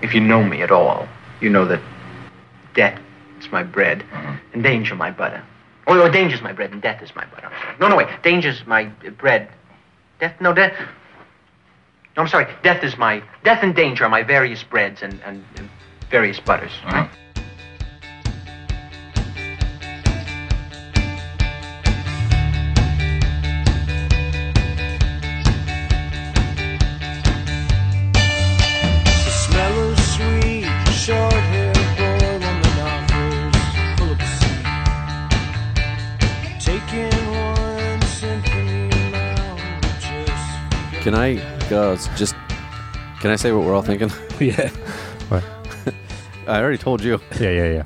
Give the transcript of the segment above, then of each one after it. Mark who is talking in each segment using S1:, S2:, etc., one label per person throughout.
S1: If you know me at all, you know that debt is my bread and danger my butter. Oh, no, danger's my bread and death is my butter. No, no, wait. Danger's my uh, bread. Death? No, death. No, I'm sorry. Death is my. Death and danger are my various breads and, and, and various butters.
S2: Uh-huh.
S3: The smell of sweet, short hair, poor woman offers full of deceit. Taking one symphony now, just
S4: Can I uh, s- just? Can I say what we're all thinking?
S5: yeah.
S6: What?
S4: I already told you.
S6: Yeah, yeah, yeah.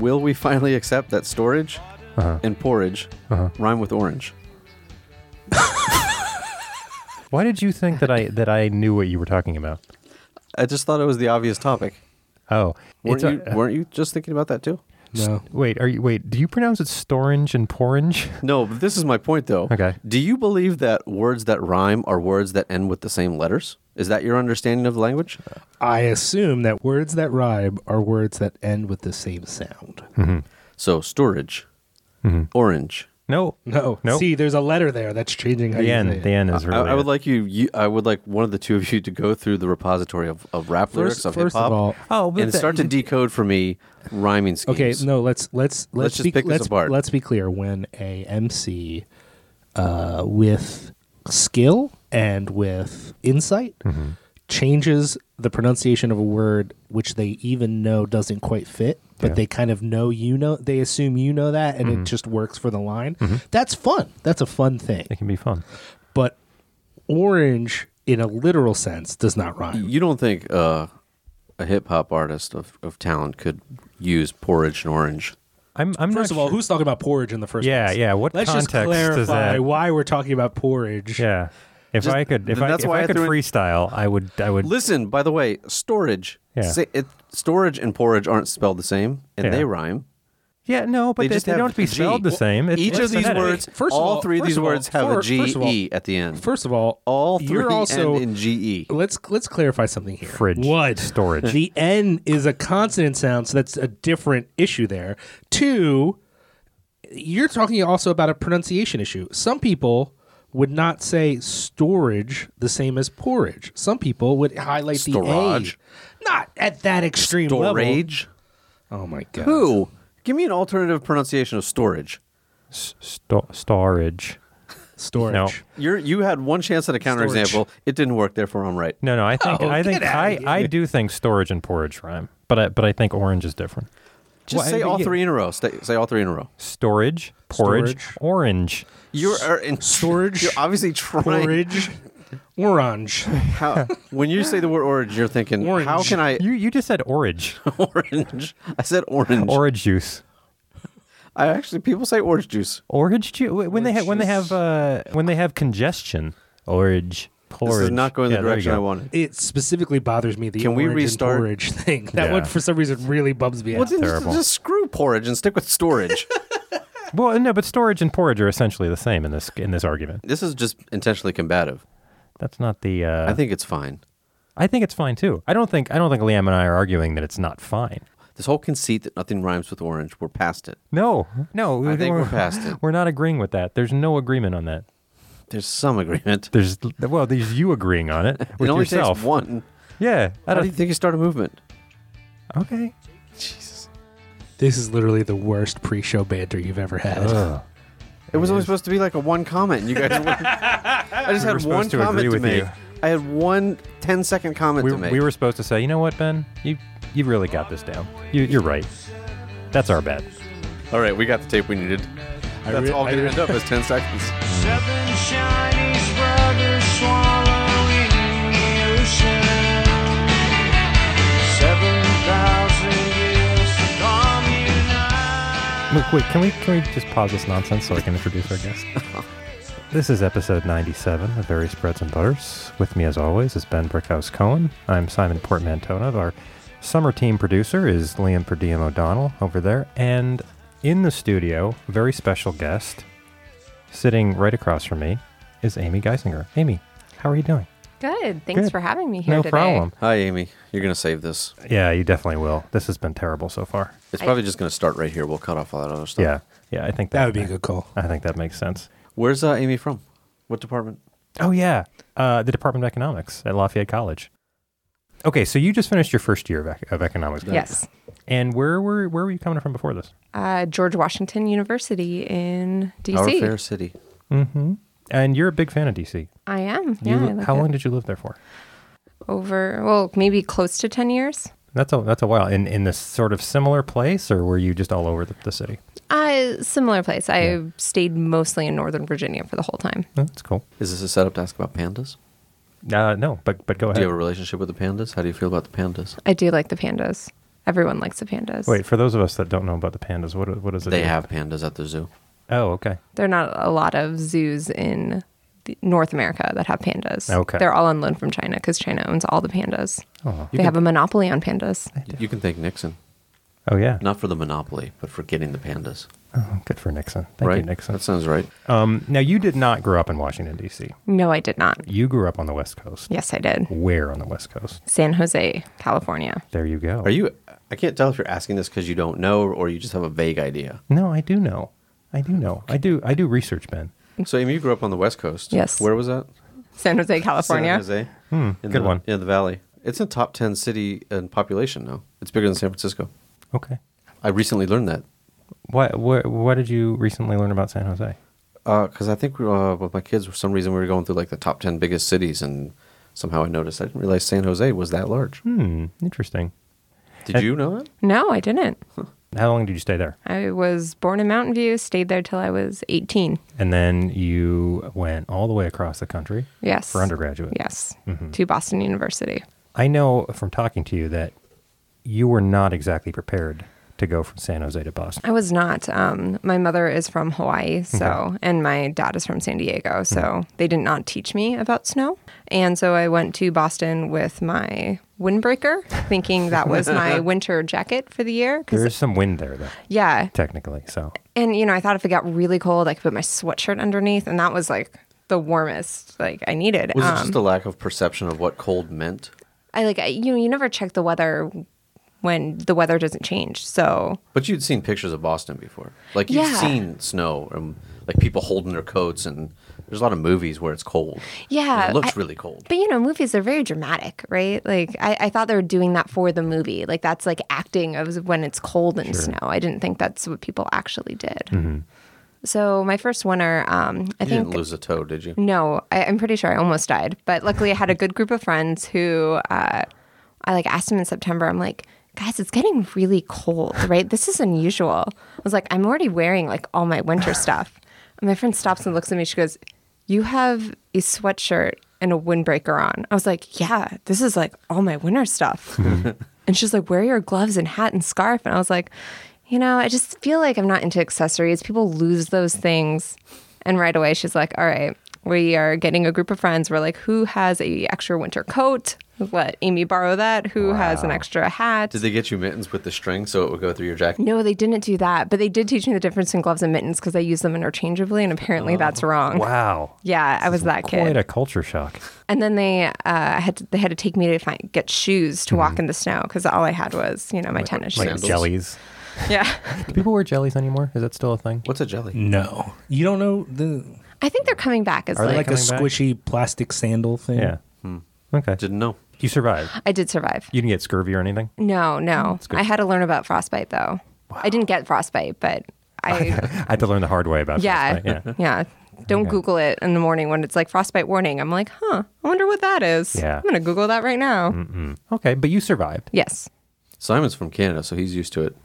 S4: Will we finally accept that storage
S6: Uh-huh.
S4: and porridge
S6: Uh-huh.
S4: rhyme with orange?
S6: Why did you think that I that I knew what you were talking about?
S4: I just thought it was the obvious topic.
S6: Oh,
S4: Weren't,
S6: it's a-
S4: you, weren't you just thinking about that too?
S5: No.
S6: wait. Are you wait? Do you pronounce it storange and porange?
S4: No, but this is my point though.
S6: Okay.
S4: Do you believe that words that rhyme are words that end with the same letters? Is that your understanding of language?
S6: Uh,
S5: I assume that words that rhyme are words that end with the same sound.
S4: So storage,
S6: Mm-hmm.
S4: orange.
S6: No,
S5: No.
S6: no.
S5: See, there's a letter there that's changing how
S6: the
S5: you
S6: end.
S5: say it.
S6: The end is really.
S4: I, I
S6: it.
S4: would like you, you. I would like one of the two of you to go through the repository of, of rap lyrics
S5: First,
S4: of hip
S5: first of all,
S4: hop
S6: Oh, but
S4: and
S6: that-
S4: start to decode for me rhyming schemes.
S5: Okay, no, let's let's let's,
S4: just
S5: be,
S4: pick this
S5: let's,
S4: apart.
S5: Let's be clear. When a MC uh, with skill and with insight
S6: Mm-hmm.
S5: changes the pronunciation of a word which they even know doesn't quite fit, but they kind of know you know, they assume you know that,
S6: Mm-hmm.
S5: and it just works for the line. That's fun. That's a fun thing.
S6: It can be fun.
S5: But orange, in a literal sense, does not rhyme.
S4: You don't think uh, a hip hop artist of, of talent could use porridge and orange?
S6: I'm. I'm
S5: First
S6: not
S5: of all,
S6: sure.
S5: who's talking about porridge in the first
S6: Yeah,
S5: place?
S6: yeah, what
S5: Let's just
S6: context does
S5: clarify
S6: that-
S5: why we're talking about porridge.
S6: Yeah. If
S4: Just-
S6: I could,
S4: th-
S6: if I,
S4: that's
S6: if
S4: why
S6: I,
S4: I
S6: could
S4: threw in-
S6: freestyle, I would. I would.
S4: Listen, by the way, storage.
S6: Yeah.
S4: Say, it, storage and porridge aren't spelled the same, and
S6: Yeah.
S4: they rhyme.
S6: yeah. No, but
S4: they
S6: they,
S4: just
S6: they
S4: have
S6: don't have to be
S4: a G.
S6: spelled the same. It's-
S4: Each
S6: it's
S4: of these
S6: phonetic.
S4: words,
S5: First of
S4: all
S5: all-
S4: three of
S5: first
S4: these
S5: of all-
S4: words have a
S5: first-
S4: G
S5: first of all-
S4: E at the end.
S5: First of all,
S4: all 3
S5: you're also
S4: end in G E.
S5: let's let's clarify something here.
S6: Fridge.
S5: One,
S6: Storage.
S5: The N is a consonant sound, so that's a different issue there. Two, you're talking also about a pronunciation issue. Some people would not say storage the same as porridge. Some people would highlight
S4: Storage.
S5: the A. Not at that extreme level.
S4: Storage.
S5: Oh my god.
S4: Who? Give me an alternative pronunciation of storage.
S6: Sto- storage.
S5: Storage.
S6: No.
S4: You're, you had one chance at a counterexample. It didn't work, therefore I'm right.
S6: No, no. I think.
S5: Oh,
S6: I
S5: get
S6: think. I.
S5: outta
S6: I do think storage and porridge rhyme, but I, but I think orange is different.
S4: Just
S6: Well,
S4: say
S6: I-
S4: all
S6: yeah.
S4: three in a row. Stay, say all three in a row.
S6: Storage, porridge,
S5: Storage.
S6: orange.
S4: You are in
S5: Storage.
S4: You're obviously trying.
S5: Porridge. Orange.
S4: How, when you say the word orange, you're thinking,
S5: Orange.
S4: how can I
S6: You you just said orange.
S4: orange? I said orange.
S6: orange juice.
S4: I actually people say orange juice.
S6: Orange juice. When they have when they have uh, when they have congestion. Orange. Porridge.
S4: This is not going the
S6: Yeah, there you
S4: direction I
S6: go.
S4: wanted.
S5: It specifically bothers me the
S4: Can we
S5: orange
S4: restart?
S5: and porridge thing. That
S6: Yeah.
S5: one for some reason really bums me
S4: Well,
S5: out.
S4: then just-
S6: terrible.
S4: just screw porridge and stick with storage.
S6: Well, no, but storage and porridge are essentially the same in this in this argument.
S4: this is just intentionally combative.
S6: That's not the. Uh,
S4: I think it's fine.
S6: I think it's fine too. I don't think I don't think Liam and I are arguing that it's not fine.
S4: This whole conceit that nothing rhymes with orange, we're past it.
S6: No, no.
S4: I think we're past it.
S6: We're not agreeing with that. There's no agreement on that.
S4: There's some agreement.
S6: There's well, there's you agreeing on it with
S4: it only
S6: yourself.
S4: takes one.
S6: Yeah. I
S4: How do
S6: don't,
S4: you think you start a movement?
S6: okay.
S5: This is literally the worst pre-show banter you've ever had.
S4: It was only supposed to be like a one comment. and You guys, were- I just
S6: We were
S4: had
S6: supposed
S4: one
S6: to
S4: comment
S6: agree
S4: to
S6: with
S4: make.
S6: you.
S4: I had one 10 second comment
S6: We,
S4: to make.
S6: we were supposed to say, you know what, Ben? You you really got this down. You, you're right. That's our bet.
S4: all right. We got the tape we needed. That's
S5: re-
S4: all
S5: I
S4: going to
S5: re-
S4: end up is 10 seconds.
S3: Seven Chinese brothers swallowing the ocean. Seven thousand years to calm you now.
S6: Look, wait, can we can we just pause this nonsense so I can introduce our guest? this is episode 97 of Various Breads and Butters. With me, as always, is Ben Brickhouse Cohen. I'm Simon Portmantona. Our summer team producer is Liam Perdiam O'Donnell over there. And in the studio, very special guest, sitting right across from me, is Amy Geisinger. Amy, how are you doing?
S2: Good. Thanks
S6: Good.
S2: for having me here
S6: No
S2: today.
S6: problem.
S4: Hi, Amy. You're going to save this.
S6: Yeah, you definitely will. This has been terrible so far.
S4: It's probably just going to start right here. We'll cut off all that other stuff.
S6: Yeah, yeah, I think that,
S5: That would be a good call.
S6: I think that makes sense.
S4: Where's uh, Amy from? What department?
S6: Oh yeah, uh, the Department of Economics at Lafayette College. Okay, so you just finished your first year of, ec- of economics. right?
S2: Yes.
S6: And where were where were you coming from before this?
S2: Uh, George Washington University in
S4: Our
S2: D.C.
S4: fair city.
S6: Mm-hmm. And you're a big fan of DC.
S2: I am.
S6: You,
S2: Yeah. I like
S6: how
S2: it.
S6: long did you live there for?
S2: Over, well, maybe close to 10 years.
S6: That's a that's a while. In in this sort of similar place, or were you just all over the, the city?
S2: Uh, similar place. I stayed mostly in Northern Virginia for the whole time.
S6: Oh, that's cool.
S4: Is this a setup to ask about pandas?
S6: Uh, no, but but go
S4: Do
S6: ahead.
S4: you have a relationship with the pandas? How do you feel about the pandas?
S2: I do like the pandas. Everyone likes the pandas.
S6: Wait, for those of us that don't know about the pandas, what what is it?
S4: They have pandas at the zoo.
S6: Oh, okay.
S2: There are not a lot of zoos in the- North America that have pandas.
S6: Okay.
S2: They're all on loan from China because China owns all the pandas.
S6: Oh,
S2: they have a monopoly on pandas.
S4: You can thank Nixon.
S6: oh yeah.
S4: Not for the monopoly, but for getting the pandas.
S6: Oh, good for Nixon. Thank
S4: right?
S6: you, Nixon.
S4: That sounds right.
S6: Um, now you did not grow up in Washington D.C.
S2: No, I did not.
S6: You grew up on the West Coast.
S2: Yes, I did.
S6: Where on the West Coast?
S2: San Jose, California.
S6: There you go.
S4: Are you? I can't tell if you're asking this because you don't know or you just have a vague idea.
S6: No, I do know. I do know. I do. I do research, Ben.
S4: So, Amy, you grew up on the West Coast.
S2: Yes.
S4: Where was that?
S2: San Jose, California.
S4: San Jose. in
S6: Hmm, good
S4: the,
S6: one.
S4: Yeah, the Valley. It's a top 10 city in population now. It's bigger than San Francisco.
S6: Okay.
S4: I recently learned that
S6: What What What did you recently learn about San Jose?
S4: because I think we, uh, with my kids, for some reason, we were going through like the top 10 biggest cities, and somehow I noticed I didn't realize San Jose was that large.
S6: Hmm. Interesting.
S4: Did you know that?
S2: No, I didn't.
S6: How long did you stay there?
S2: I was born in Mountain View, stayed there till I was 18.
S6: And then you went all the way across the country
S2: Yes.
S6: for undergraduate.
S2: Yes.
S4: Mm-hmm.
S2: To Boston University.
S6: I know from talking to you that you were not exactly prepared to go from San Jose to Boston.
S2: I was not. Um, my mother is from Hawaii, so
S4: Mm-hmm.
S2: and my dad is from San Diego, so they did not teach me about snow, and so I went to Boston with my windbreaker, thinking that was my winter jacket for the year.
S6: There's
S2: Because
S6: some wind there, though,
S2: yeah,
S6: technically. So
S2: and you know, I thought if it got really cold, I could put my sweatshirt underneath, and that was like the warmest like I needed. Um,
S4: Was it just a lack of perception of what cold meant?
S2: I like I, you know you never check the weather when the weather doesn't change, so
S4: But you'd seen pictures of Boston before. Like, you've
S2: Yeah.
S4: seen snow and like people holding their coats, and there's a lot of movies where it's cold.
S2: Yeah,
S4: And it looks
S2: I-
S4: really cold.
S2: But you know, movies are very dramatic, right? Like I, I thought they were doing that for the movie. Like that's like acting of when it's cold and snow. I didn't think that's what people actually did. So my first winter, um, I
S4: Mm-hmm. You
S2: think
S4: didn't lose a toe, did you?
S2: no, I, I'm pretty sure I almost died. But luckily, I had a good group of friends who uh, I like asked them in September. I'm like, guys, it's getting really cold, right? This is unusual. I was like, I'm already wearing like all my winter stuff. And my friend stops and looks at me. She goes, You have a sweatshirt and a windbreaker on. I was like, Yeah, this is like all my winter stuff. And she's like, Where are your gloves and hat and scarf? And I was like, You know, I just feel like I'm not into accessories. People lose those things. And right away, she's like, All right, we are getting a group of friends. We're like, Who has a extra winter coat? Let Amy borrow that. Who has an extra hat?
S4: Did they get you mittens with the string so it would go through your jacket?
S2: no, they didn't do that, but they did teach me the difference in gloves and mittens because I use them interchangeably, and apparently that's
S6: Oh,
S2: wrong.
S6: wow,
S2: Yeah, I was that
S6: quite
S2: kid.
S6: a culture shock.
S2: and then they uh, had to, they had to take me to find, get shoes to walk in the snow because all I had was you know my tennis
S6: Mm-hmm. Like
S2: shoes.
S6: jellies.
S2: yeah.
S6: Do people wear jellies anymore? Is that still a thing?
S4: What's a
S2: Mm.
S4: jelly?
S5: No, you don't know the
S2: I think they're coming back as
S6: Are they
S2: like
S5: like a
S6: coming back?
S5: squishy plastic sandal thing.
S6: Yeah. Hmm. Okay.
S4: Didn't know.
S6: You survived.
S2: I did survive.
S6: You didn't get scurvy or anything.
S2: No, no.
S6: Oh, good.
S2: I had to learn about frostbite though. I didn't get frostbite, but I
S6: I had to learn the hard way about
S2: yeah,
S6: frostbite,
S2: yeah. Don't Google it in the morning when it's like frostbite warning. I'm like, huh, I wonder what that is.
S6: Yeah. Mm-hmm.
S2: I'm gonna Google that right now.
S6: Yeah. Okay, but you survived.
S2: Yes.
S4: Simon's from Canada, so he's used to it.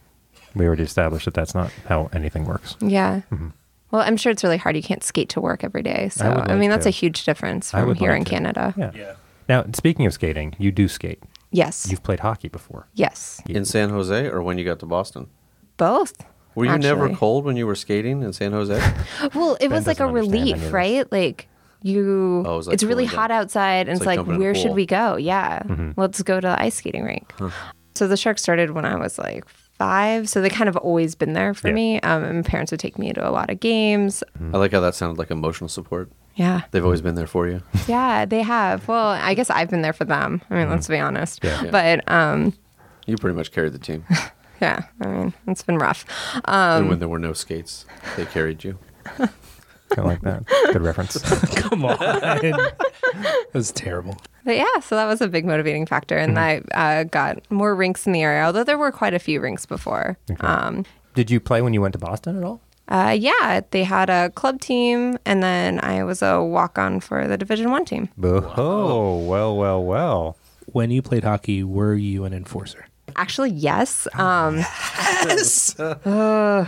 S6: We already established that that's not how anything works.
S2: Yeah.
S6: Mm-hmm.
S2: Well, I'm sure it's really hard. You can't skate to work every day. So
S6: would
S2: I,
S6: like
S2: mean that's
S6: to.
S2: a huge difference
S6: I
S2: from
S6: would
S2: here
S6: like
S2: in
S6: to.
S2: Canada.
S6: Yeah. Now, speaking of skating, you do skate.
S2: Yes.
S6: You've played hockey before.
S2: yes.
S4: In San Jose or when you got to Boston?
S2: Both.
S4: Were you never
S2: actually.
S4: cold when you were skating in San Jose?
S2: Well, it was like
S6: doesn't
S2: a
S6: understand any of
S2: relief,
S6: this.
S2: right? Like you,
S4: Oh, it was like
S2: it's really
S4: cooling
S2: hot
S4: down.
S2: outside, and
S4: It's
S2: it's,
S4: like
S2: like,
S4: jumping in a
S2: where should
S4: pool. Mm-hmm.
S2: we go? Yeah, let's go to the ice skating rink. So the shark started when I was like five, so they kind of always been there for
S6: Yeah.
S2: me. Um, and my parents would take me to a lot of games.
S4: I like how that sounded like emotional support.
S2: Yeah,
S4: They've always been there for you.
S2: yeah, they have. Well, I guess I've been there for them. I mean, let's be honest.
S6: Yeah.
S4: Mm-hmm. Yeah.
S2: But um,
S4: You pretty much carried the team.
S2: yeah, I mean, it's been rough. Um,
S4: and when there were no skates, they carried you.
S6: Kind of like that. Good reference.
S5: Come on. That was terrible.
S2: But yeah, so that was a big motivating factor, and
S4: Mm-hmm.
S2: I uh, got more rinks in the area. Although there were quite a few rinks before. Um,
S6: Did you play when you went to Boston at all?
S2: uh, yeah, they had a club team, and then I was a walk on for the Division One team.
S6: Oh, well, well, well.
S5: When you played hockey, were you an enforcer?
S2: Actually, yes. Um,
S5: Yes.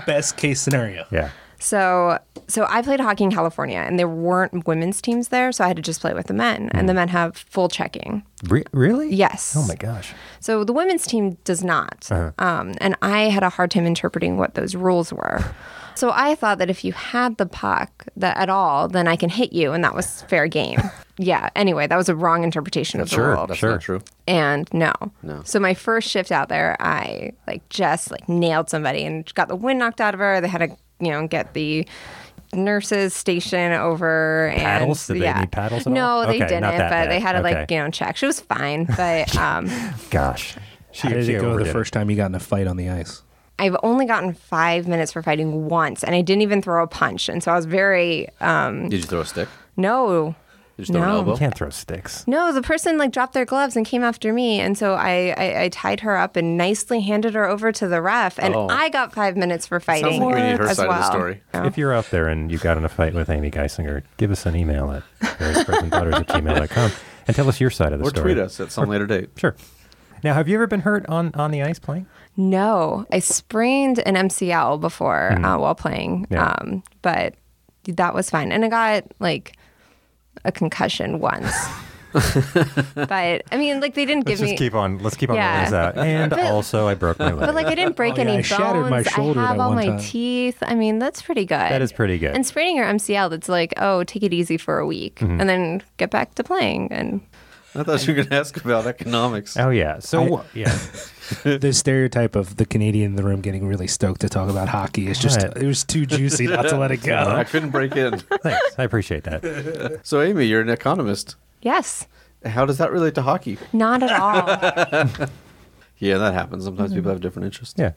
S5: Best case scenario.
S6: Yeah.
S2: So so I played hockey in California and there weren't women's teams there, so I had to just play with the men. And the men have full checking.
S6: Re- really?
S2: Yes.
S6: Oh my gosh.
S2: So the women's team does not. Um, and I had a hard time interpreting what those rules were. So I thought that if you had the puck that at all, then I can hit you, and that was fair game. yeah. Anyway, that was a wrong interpretation of the rule.
S4: Oh, That's
S6: sure.
S4: not true.
S2: and no.
S4: No.
S2: So my first shift out there, I like just like nailed somebody and got the wind knocked out of her. They had to you know get the nurses station over and
S6: Paddles? Did they
S2: yeah.
S6: need paddles at
S2: no,
S6: all?
S2: they
S6: Okay, not
S2: didn't. But
S6: that bad.
S2: they had to like
S6: Okay.
S2: you know check. She was fine, but um,
S6: Gosh. She,
S5: How did
S6: she
S5: it go the
S6: overdid
S5: first time you got in a fight on the ice?
S2: I've only gotten five minutes for fighting once, and I didn't even throw a punch. And so I was very um,
S4: Did you throw a stick?
S2: no.
S4: Did you throw
S2: No.
S4: an elbow?
S6: Can't throw sticks.
S2: No, the person like dropped their gloves and came after me, and so I I, I tied her up and nicely handed her over to the ref, and
S4: Oh.
S2: I got five minutes for fighting.
S4: Sounds like we need her
S2: as
S4: side
S2: well.
S4: of the story.
S2: No.
S6: If you're out there and you got in a fight with Amy Geisinger, give us an email at variouspredsendaughters at gmail.com and tell us your side of the
S4: Or
S6: story.
S4: tweet us at some later date.
S6: Sure. Now, have you ever been hurt on, on the ice playing?
S2: No, I sprained an MCL before
S4: Mm-hmm.
S2: uh, while playing,
S6: Yeah.
S2: um, but that was fine, and I got like a concussion once. but I mean, like they didn't give
S6: Let's just
S2: me.
S6: keep on. Let's keep on
S2: Yeah.
S6: rolling this out. And also, I broke my leg.
S2: but like I didn't break
S5: Oh, yeah,
S2: any
S5: I
S2: bones.
S5: shattered my shoulder
S2: I have
S5: that
S2: all
S5: one
S2: my
S5: time.
S2: teeth. I mean, that's pretty good.
S6: That is pretty good.
S2: And spraining your MCL, that's like, oh, take it easy for a week
S4: Mm-hmm.
S2: and then get back to playing. And
S4: I thought you were going to ask about economics.
S6: oh yeah. So yeah.
S5: the stereotype of the Canadian in the room getting really stoked to talk about hockey is just
S6: Right.
S5: it was too juicy not to let it go.
S4: I couldn't break in.
S6: Thanks. I appreciate that.
S4: So, Amy, you're an economist.
S2: yes,
S4: How does that relate to hockey?
S2: not at all.
S4: Yeah, that happens. Sometimes
S2: Mm-hmm.
S4: people have different interests.
S6: Yeah.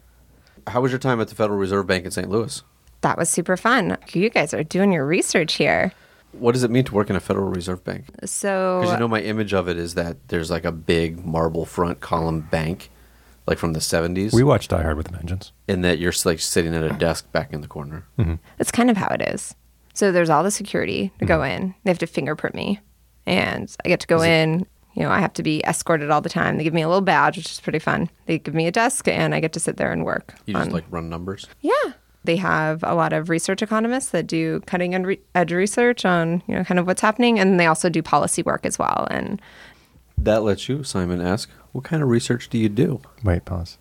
S4: How was your time at the Federal Reserve Bank in St. Louis?
S2: that was super fun. You guys are doing your research here.
S4: What does it mean to work in a Federal Reserve Bank?
S2: So,
S4: Because you know, my image of it is that there's like a big marble front column bank, like from the 70s,
S6: We watched Die Hard with a Vengeance.
S4: and that you're like sitting at a desk back in the corner.
S6: Hmm.
S2: that's kind of how it is. So, there's all the security to go
S4: Mm-hmm.
S2: in, they have to fingerprint me, and I get to go in. you know, I have to be escorted all the time. They give me a little badge, which is pretty fun. They give me a desk, and I get to sit there and work.
S4: You just
S2: on-
S4: like run numbers.
S2: Yeah. They have a lot of research economists that do cutting and re- edge research on, you know, kind of what's happening. And they also do policy work as well. And
S4: That lets you, Simon, ask, what kind of research do you do?
S6: Wait, pause.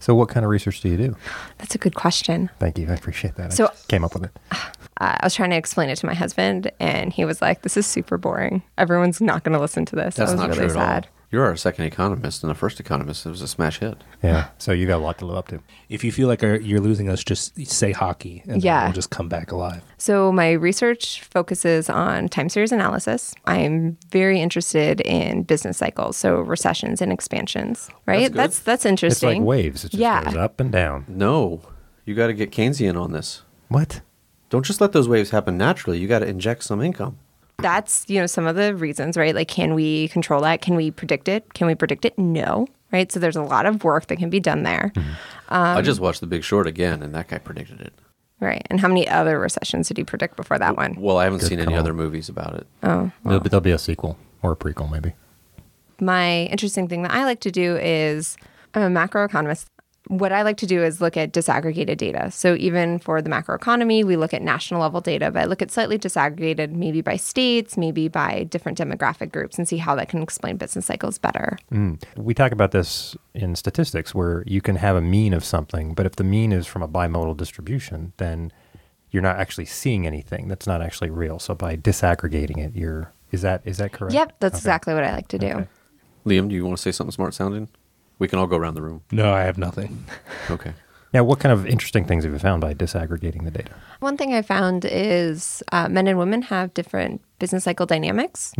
S6: So, what kind of research do you do?
S2: that's a good question.
S6: Thank you. I appreciate that.
S2: So-
S6: I just came up with it.
S2: Uh, I was trying to explain it to my husband, and he was like, this is super boring. Everyone's not going to listen to this.
S4: That's
S2: I was
S4: not
S2: really
S4: true
S2: sad.
S4: at all. You're our second economist, and the first economist it was a smash hit.
S6: Yeah. So you got a lot to live up to.
S5: If you feel like uh, you're losing us, just say hockey, and
S2: Yeah.
S5: then we'll just come back alive.
S2: So, my research focuses on time series analysis. I'm very interested in business cycles, so recessions and expansions, right?
S4: good.
S2: That's that's,
S6: It's
S2: interesting.
S6: like waves. It just
S2: Yeah.
S6: goes up and down.
S4: No, you got to get Keynesian on this.
S6: What?
S4: Don't just let those waves happen naturally. You got to inject some income.
S2: that's you know some of the reasons right like can we control that can we predict it can we predict it no right so there's a lot of work that can be done there
S6: Mm-hmm.
S4: I just watched The Big Short again, and that guy predicted it.
S2: right and how many other recessions did he predict before that one
S4: Well, I haven't seen any
S6: call.
S4: other movies about it.
S6: There'll, be, there'll be a sequel or a prequel, maybe.
S2: my interesting thing that i like to do is i'm a macroeconomist what i like to do is look at disaggregated data so even for the macroeconomy we look at national level data but i look at slightly disaggregated maybe by states maybe by different demographic groups and see how that can explain business cycles better
S6: We talk about this in statistics where you can have a mean of something, but if the mean is from a bimodal distribution, then you're not actually seeing anything that's not actually real. So by disaggregating it, you're is that is that correct?
S2: yep that's
S6: Okay.
S2: exactly what i like to do
S6: Okay.
S4: Liam, do you want to say something smart sounding? We can all go around the room.
S5: No, I have nothing.
S4: Okay.
S6: Now, what kind of interesting things have you found by disaggregating the data?
S2: One thing I found is uh, men and women have different business cycle dynamics.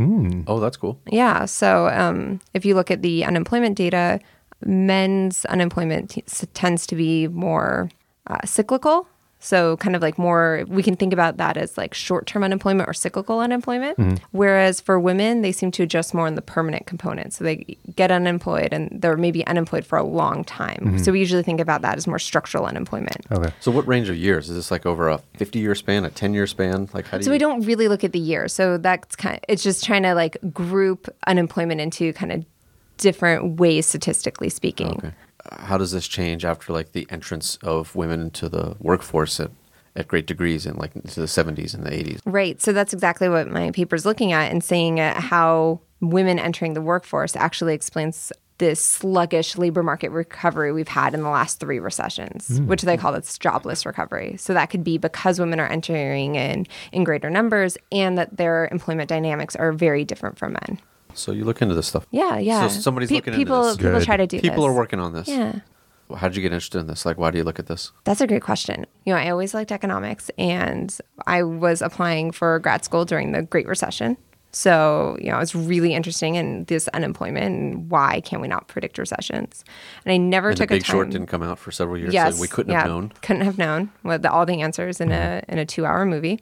S4: Oh, that's cool.
S2: Yeah. So um, if you look at the unemployment data, men's unemployment t- s- tends to be more uh, cyclical. So kind of like more, we can think about that as like short-term unemployment or cyclical unemployment. Whereas for women, they seem to adjust more on the permanent component. So they get unemployed and they're maybe unemployed for a long time. So we usually think about that as more structural unemployment.
S6: Okay.
S4: So, what range of years is this? Like over a fifty-year span, a ten-year span? Like how do
S2: So
S4: you?
S2: we don't really look at the year. So that's kind of, it's just trying to like group unemployment into kind of different ways statistically speaking.
S4: Okay. How does this change after like the entrance of women into the workforce at, at great degrees in like into the seventies and the eighties?
S2: Right. So that's exactly what my paper's looking at and saying uh, how women entering the workforce actually explains this sluggish labor market recovery we've had in the last three recessions,
S4: Hmm.
S2: which they call this jobless recovery. So that could be because women are entering in in greater numbers and that their employment dynamics are very different from men.
S4: So you look into this stuff.
S2: Yeah, yeah.
S4: So somebody's
S2: Pe-
S4: looking into
S2: people,
S4: this.
S2: People
S6: Good.
S2: try to do
S4: People
S2: this.
S4: are working on this.
S2: Yeah.
S4: Well, How'd you get interested in this? Like, why do you look at this?
S2: That's a great question. You know, I always liked economics and I was applying for grad school during the Great Recession. So, you know, it's really interesting in this unemployment and why can we not predict recessions? And I never
S4: And the
S2: took
S4: Big
S2: a time.
S4: Short didn't come out for several years. so we couldn't have
S2: yeah,
S4: known. Mm-hmm.
S2: Couldn't have known with the, all the answers in a in a two hour movie.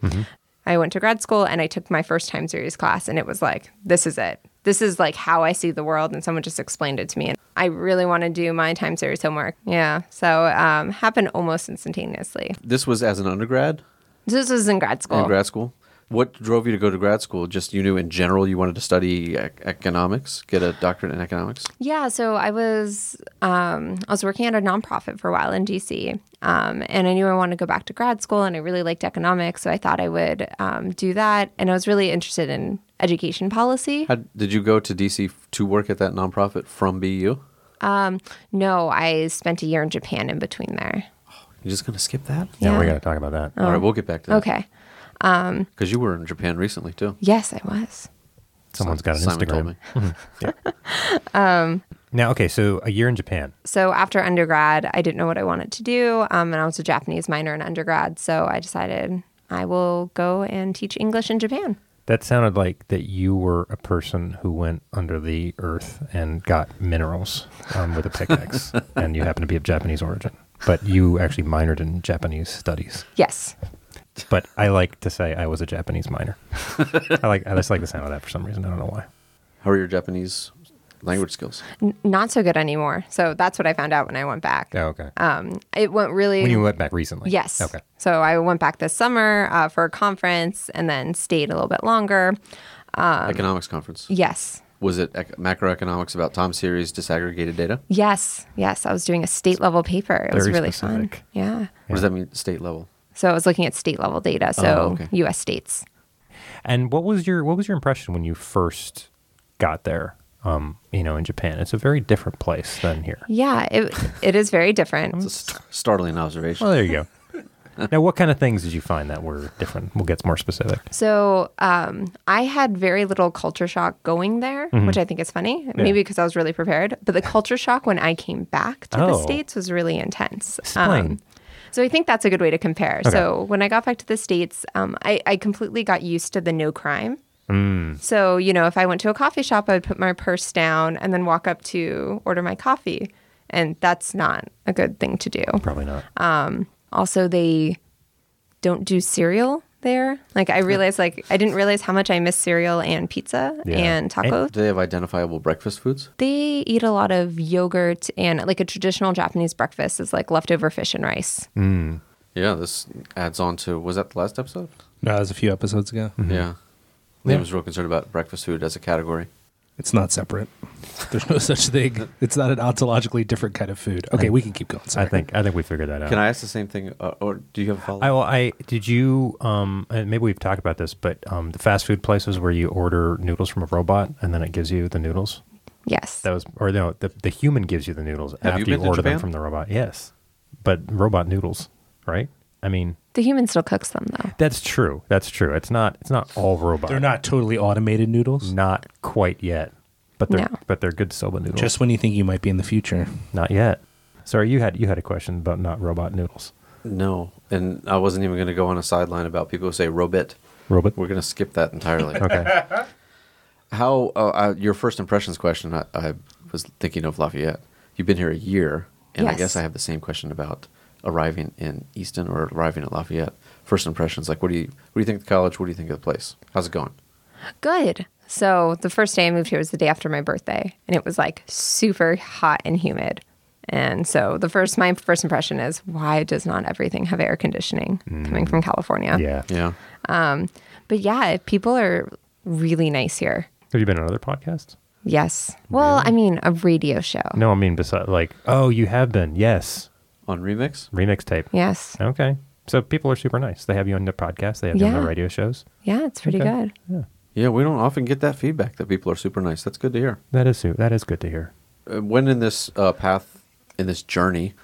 S2: I went to grad school and I took my first time series class, and it was like, this is it. This is like how I see the world, and someone just explained it to me. And I really want to do my time series homework. Yeah, so um, happened almost instantaneously.
S4: This was as an undergrad
S2: This was in grad school.
S4: in grad school. What drove you to go to grad school? Just you knew in general you wanted to study ec- economics, get a doctorate in economics.
S2: Yeah, so I was um, I was working at a nonprofit for a while in DC, um, and I knew I wanted to go back to grad school, and I really liked economics, so I thought I would um, do that. And I was really interested in education policy.
S4: How, did you go to DC f- to work at that nonprofit from BU? You're
S2: No, I spent a year in Japan in between there.
S4: just gonna skip that?
S6: Yeah, we
S2: Yeah.
S6: got
S2: Oh.
S6: to talk about that.
S4: All right, we'll get back to that.
S2: Okay.
S4: Because you were in Japan recently too.
S2: Yes, I was.
S6: Someone's got an
S4: Simon
S6: Instagram. Um,
S4: told me.
S2: Um,
S6: Now, okay, so a year in Japan.
S2: So after undergrad, I didn't know what I wanted to do, um, and I was a Japanese minor in undergrad, so I decided I will go and teach English in Japan.
S6: That sounded like that you were a person who went under the earth and got minerals um, with a pickaxe, and you happen to be of Japanese origin. But you actually minored in Japanese studies.
S2: Yes.
S6: But I like to say I was a Japanese minor. I like I just like the sound of that for some reason. I don't know why.
S4: How are your Japanese language skills?
S2: N- not so good anymore. So that's what I found out when I went back.
S6: Oh, okay.
S2: Um, it went really.
S6: when you went back recently.
S2: yes.
S6: Okay.
S2: So I went back this summer uh, for a conference and then stayed a little bit longer.
S4: Economics conference.
S2: Yes.
S4: Was it ec- macroeconomics about time series disaggregated data?
S2: Yes. Yes. I was doing a state level paper. It was
S6: Very
S2: really
S6: specific.
S2: fun. Yeah.
S4: What does that mean? State level.
S2: So I was looking at state level data. So
S4: Oh, okay.
S2: U.S. states.
S6: And what was your what was your impression when you first got there? Um, you know, in Japan, it's a very different place than here.
S2: Yeah. It, it is very
S6: Oh,
S2: different.
S4: It's a st- startling observation.
S6: Well, there you go. now, what kind of things did you find that were different? We'll get more specific.
S2: So um, I had very little culture shock going there,
S6: Mm-hmm.
S2: which I think is funny, maybe because I was really prepared. But the culture shock when I came back to
S6: Oh.
S2: the States was really intense. Um,
S6: Explain.
S2: so I think that's a good way to compare. So when I got back to the States, um, I, I completely got used to the no crime.
S6: Mm.
S2: So, you know, if I went to a coffee shop, I would put my purse down and then walk up to order my coffee. And that's not a good thing to do.
S6: Probably not.
S2: Also, they don't do cereal there. Like I realized, like I didn't realize how much I miss cereal and pizza
S6: Yeah.
S2: and taco.
S4: Do they have identifiable breakfast foods?
S2: they eat a lot of yogurt and like a traditional Japanese breakfast is like leftover fish and rice.
S6: Hmm.
S4: Yeah, this adds on to was that the last episode?
S5: No, that was a few episodes ago.
S6: Mm-hmm.
S4: Yeah. Liam was real concerned about breakfast food as a category.
S5: It's not separate. There's no such thing. It's not an ontologically different kind of food. Okay, we can keep going.
S6: I
S5: Sorry.
S6: think I think we figured that out.
S4: Can I ask the same thing, uh, or do you have a follow?
S6: I, well, I did you um and maybe we've talked about this, but um the fast food places where you order noodles from a robot and then it gives you the noodles.
S2: Yes.
S6: That was or no, the the human gives you the noodles
S4: you
S6: after
S4: been
S6: you
S4: to
S6: order them
S4: Japan?
S6: from the robot. Yes. But robot noodles, right? I mean,
S2: the human still cooks them though.
S6: that's true. That's true. It's not it's not all
S5: Mm.
S6: robot.
S5: They're not totally automated noodles.
S6: not quite yet. but they're
S2: No.
S6: but they're good soba noodles.
S5: Just when you think you might be in the future.
S6: not yet. Sorry, you had you had a question about not robot noodles.
S4: No, and I wasn't even going to go on a sideline about people who say robit.
S6: Robot.
S4: We're going to skip that entirely.
S6: Okay.
S4: How uh, uh, your first impressions question? I, I was thinking of Lafayette. You've been here a year, and I
S2: Yes.
S4: guess I have the same question about arriving in Easton or arriving at Lafayette. First impressions, like what do you what do you think of the college? What do you think of the place? How's it going?
S2: Good. So the first day I moved here was the day after my birthday, and it was like super hot and humid. And so the first, my first impression is, why does not everything have air conditioning? Coming from California,
S6: Hmm. yeah.
S4: Yeah,
S2: But yeah, people are really nice here.
S6: Have you been on other podcasts?
S2: Yes. Well, I mean, a radio show.
S6: No, I mean besides like oh, you have been. Yes.
S4: on remix.
S6: Remix tape.
S2: Yes.
S6: Okay. So people are super nice. They have you on the podcast. They have you on
S2: Yeah.
S6: the radio shows.
S2: Yeah, it's pretty
S6: Okay.
S2: good.
S4: Yeah, we don't often get that feedback that people are super nice. That's good to hear.
S6: That is su- that is good to hear.
S4: Uh, When in this uh, path, in this journey,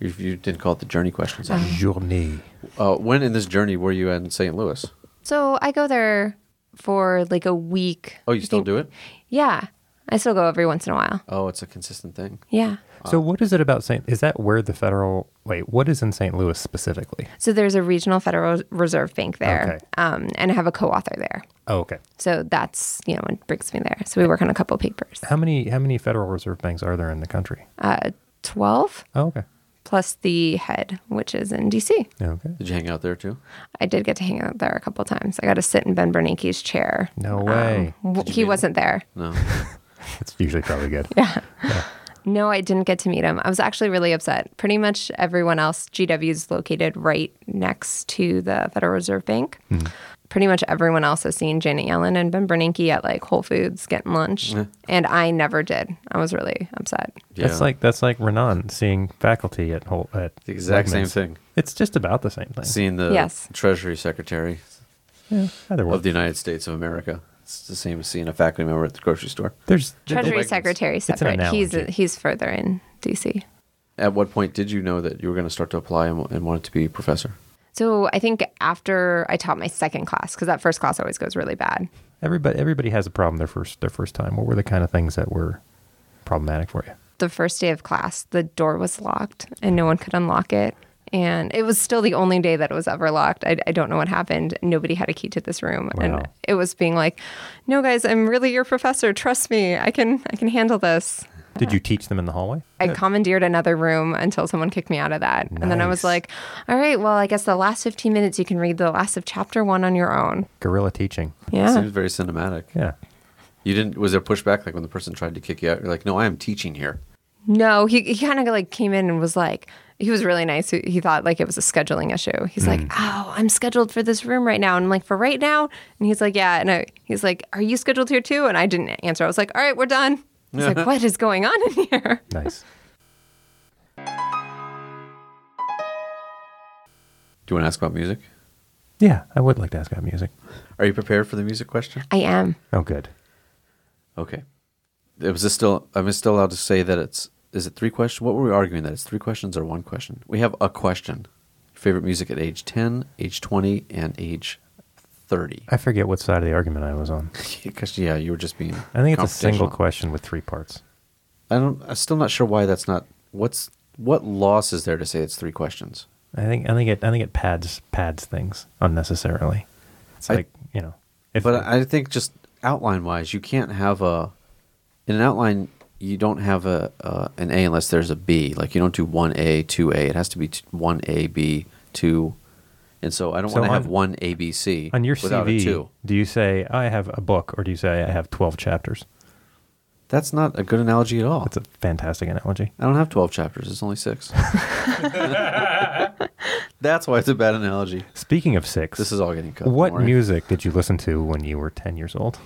S4: if you didn't call it the journey questions.
S6: Journée.
S4: Uh, when in this journey were you in St. Louis?
S2: So I go there for like a week.
S4: Oh, you still do it?
S2: Yeah, I still go every once in a while.
S4: Oh, it's a consistent thing.
S2: Yeah.
S6: So what is it about St. Is that where the federal wait, what is in St. Louis specifically?
S2: So there's a regional Federal Reserve Bank there,
S6: Okay.
S2: um, and I have a co-author there.
S6: Oh, okay.
S2: So that's you know what brings me there. So we work on a couple papers.
S6: How many how many Federal Reserve banks are there in the country?
S2: Uh, Twelve
S6: Oh, okay.
S2: plus the head, which is in D.C.
S6: Yeah, Okay.
S4: Did you hang out there too?
S2: I did get to hang out there a couple times. I got to sit in Ben Bernanke's chair.
S6: No
S2: Um,
S6: way.
S2: w- he wasn't there.
S4: No.
S6: It's usually probably good.
S2: No, I didn't get to meet him. I was actually really upset. Pretty much everyone else, GW is located right next to the Federal Reserve Bank.
S6: Mm-hmm.
S2: Pretty much everyone else has seen Janet Yellen and Ben Bernanke at like Whole Foods getting lunch, and I never did. I was really upset.
S6: That's
S4: Yeah.
S6: like that's like Renan seeing faculty at whole at
S4: The exact same
S6: Wegmans.
S4: thing.
S6: It's just about the same thing.
S4: Seeing the
S2: Yes.
S4: Treasury Secretary
S6: yeah, either way.
S4: of the United States of America. It's the same as seeing a faculty member at the grocery store.
S6: There's
S2: Treasury
S4: Wegmans.
S2: Secretary
S6: an
S2: separate. He's
S6: analogy.
S2: he's further in D.C.
S4: At what point did you know that you were going to start to apply and, and wanted to be a professor?
S2: So I think after I taught my second class, because that first class always goes really bad.
S6: everybody everybody has a problem their first their first time. What were the kind of things that were problematic for you?
S2: the first day of class, the door was locked and no one could unlock it. And it was still the only day that it was ever locked. I, I don't know what happened. Nobody had a key to this room,
S6: Wow.
S2: and it was being like, "No, guys, I'm really your professor. Trust me. I can I can handle this."
S6: Did you teach them in the hallway?
S2: I commandeered another room until someone kicked me out of that, and then I
S6: Nice.
S2: was like, "All right, well, I guess the last 15 minutes you can read the last of chapter one on your own."
S6: Guerrilla teaching.
S2: Yeah.
S4: Seems very cinematic.
S6: Yeah.
S4: You didn't. Was there pushback? Like when the person tried to kick you out, you're like, "No, I am teaching here."
S2: No, he, he kind of like came in and was like, he was really nice. He, he thought like it was a scheduling issue. He's like, oh, I'm scheduled for this room right now. And I'm like, for right now? And he's like, yeah. And I, he's like, are you scheduled here too? And I didn't answer. I was like, all right, we're done. He's like, what is going on in here?
S6: Nice.
S4: Do you want to ask about music?
S6: yeah, I would like to ask about music.
S4: Are you prepared for the music question?
S2: I am.
S6: Oh, good.
S4: Okay. It was this still. I'm still allowed to say that it's. Is it three questions? What were we arguing that it's three questions or one question? We have a question. Favorite music at age ten, age twenty, and age thirty.
S6: I forget what side of the argument I was on.
S4: Because yeah, you were just being.
S6: I think it's a single
S4: confrontational.
S6: question with three parts.
S4: I don't. I'm still not sure why that's not. What's what loss is there to say it's three questions?
S6: I think I think it I think it pads pads things unnecessarily. It's
S4: I-
S6: like you know, if
S4: But I think just outline wise, you can't have a in an outline. You don't have a uh, an A unless there's a B. Like you don't do one A, two A. It has to be t- one A, B, two. And so I don't
S6: So
S4: want to have
S6: on-
S4: one A, B, C
S6: on your
S4: without a
S6: CV,
S4: two.
S6: do you say I have a book or do you say I have twelve chapters?
S4: That's not a good analogy at all.
S6: That's a fantastic analogy.
S4: I don't have twelve chapters. It's only six. that's why it's a bad analogy.
S6: Speaking of six,
S4: This is all getting cut. don't
S6: what
S4: worry.
S6: music did you listen to when you were ten years old?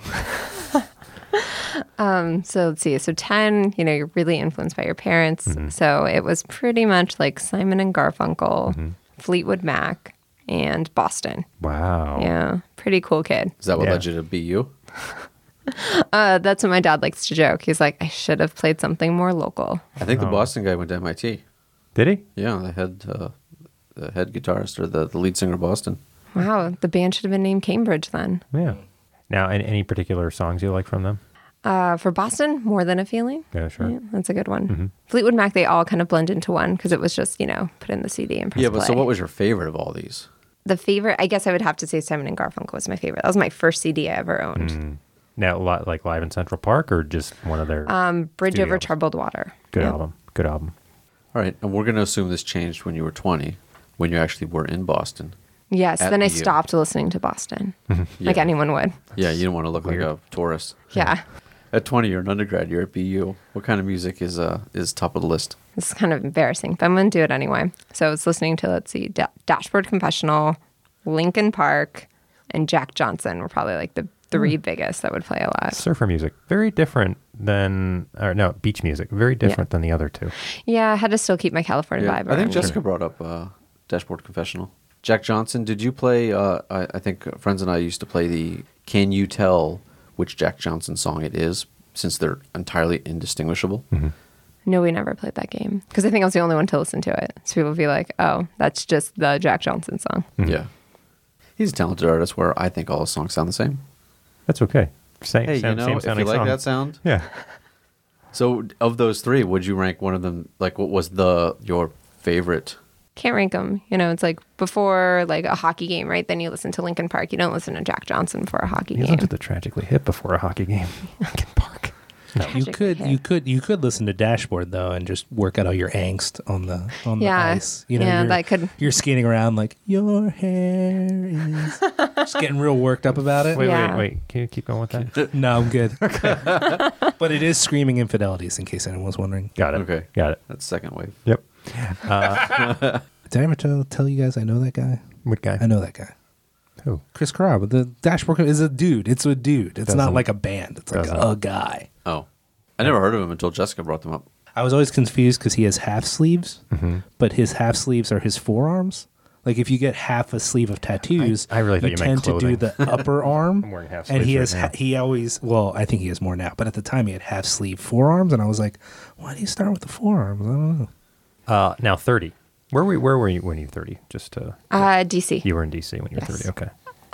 S2: So let's see. So 10, you know, you're really influenced by your parents. So it was pretty much like Simon and Garfunkel, Fleetwood Mac, and Boston.
S6: wow.
S2: Yeah. Pretty cool kid.
S4: Is that what
S6: Yeah.
S4: led you to be you?
S2: Uh, that's what my dad likes to joke. He's like, I should have played something more local.
S4: I
S6: Oh.
S4: think the Boston guy went to MIT.
S6: Did he?
S4: Yeah, the head uh, the head guitarist or the, the lead singer of Boston.
S2: Wow, the band should have been named Cambridge then.
S6: Yeah. Now, and any particular songs you like from them?
S2: Uh, for Boston, more than a feeling.
S6: Yeah, sure. Mm-hmm.
S2: Yeah, that's a good one. Fleetwood Mac, they all kind of blend into one because it was just you know put in the CD and press
S4: yeah, but so
S2: play.
S4: what was your favorite of all these?
S2: the favorite? I guess I would have to say Simon and Garfunkel was my favorite. That was my first CD I ever owned.
S6: Now, li- like live in Central Park, or just one of their
S2: Um, Bridge
S6: Studio
S2: over
S6: albums.
S2: Troubled Water.
S6: good
S2: Yeah.
S6: album. Good album.
S4: All right, and we're going to assume this changed when you were 20, when you actually were in Boston.
S2: Yes.
S4: At
S2: then I
S4: you.
S2: stopped listening to Boston, like
S4: Yeah.
S2: anyone would.
S4: Yeah, you don't want to look
S6: Weird.
S4: like a tourist.
S2: Yeah.
S4: At 20, you're an undergrad. You're at BU. What kind of music is uh is top of the list?
S2: This is kind of embarrassing, but I'm going to do it anyway. So I was listening to, let's see, da- Dashboard Confessional, Linkin Park, and Jack Johnson were probably like the
S4: Hmm.
S2: three biggest that would play a lot.
S6: Surfer music, very different than, or no, beach music, very different than the other two.
S2: Yeah, I had to still keep my California
S4: Yeah,
S2: vibe.
S4: I think
S2: around.
S4: Jessica brought up uh, Dashboard Confessional. Jack Johnson, did you play? Uh, I, I think friends and I used to play the Can You Tell Which Jack Johnson Song It Is, since they're entirely indistinguishable.
S2: No, we never played that game because I think I was the only one to listen to it. So people would be like, oh, that's just the Jack Johnson song.
S4: Yeah. He's a talented artist where I think all his songs sound the same.
S6: That's okay. Same,
S4: Hey,
S6: same,
S4: you know,
S6: same
S4: if you
S6: sounding
S4: like
S6: song.
S4: that sound.
S6: yeah.
S4: So, of those three, would you rank one of them? Like, what was the your favorite?
S2: Can't rank them. You know, it's like before like a hockey game, right? Then you listen to Linkin Park. You don't listen to Jack Johnson for a hockey
S6: He
S2: game.
S6: listened to the Tragically Hit before a hockey game. Lincoln Park.
S5: You
S2: Magic
S5: could
S2: hair.
S5: you could you could listen to Dashboard though and just work out all your angst on the on the
S2: Yeah.
S5: ice. You know,
S2: Yeah,
S5: you're,
S2: that could-
S5: you're skating around like your hair is just getting real worked up about it.
S6: Wait,
S2: Yeah.
S6: wait, wait. Can you keep going with that?
S5: No, I'm good. but it is screaming infidelities in case anyone was wondering.
S6: Got it.
S4: Okay.
S6: Got it.
S4: That's second wave.
S6: Yep.
S5: Did I ever tell, tell you guys I know that guy?
S6: What guy?
S5: I know that guy.
S6: Who?
S5: Chris Carab. The Dashboard Co- is a dude. It's a dude. It's not
S6: Doesn't-
S5: like a band. It's like
S6: doesn't.
S5: a guy.
S4: Oh, I never heard of him until Jessica brought them up.
S5: I was always confused because he has half sleeves,
S6: Mm-hmm.
S5: but his half sleeves are his forearms. Like if you get half a sleeve of tattoos,
S6: I really thought you meant
S5: tend to do the
S6: clothing.
S5: upper arm.
S6: I'm wearing half
S5: and he
S6: sleeves
S5: has
S6: right
S5: ha-
S6: now.
S5: he always well, I think he has more now, but at the time he had half sleeve forearms, and I was like, why do you start with the forearms? I don't know.
S6: Uh, now 30. Where were, where were you when you were 30? Just uh,
S2: Uh, DC.
S6: you were in D.C. when you were
S2: Yes.
S6: 30. Okay.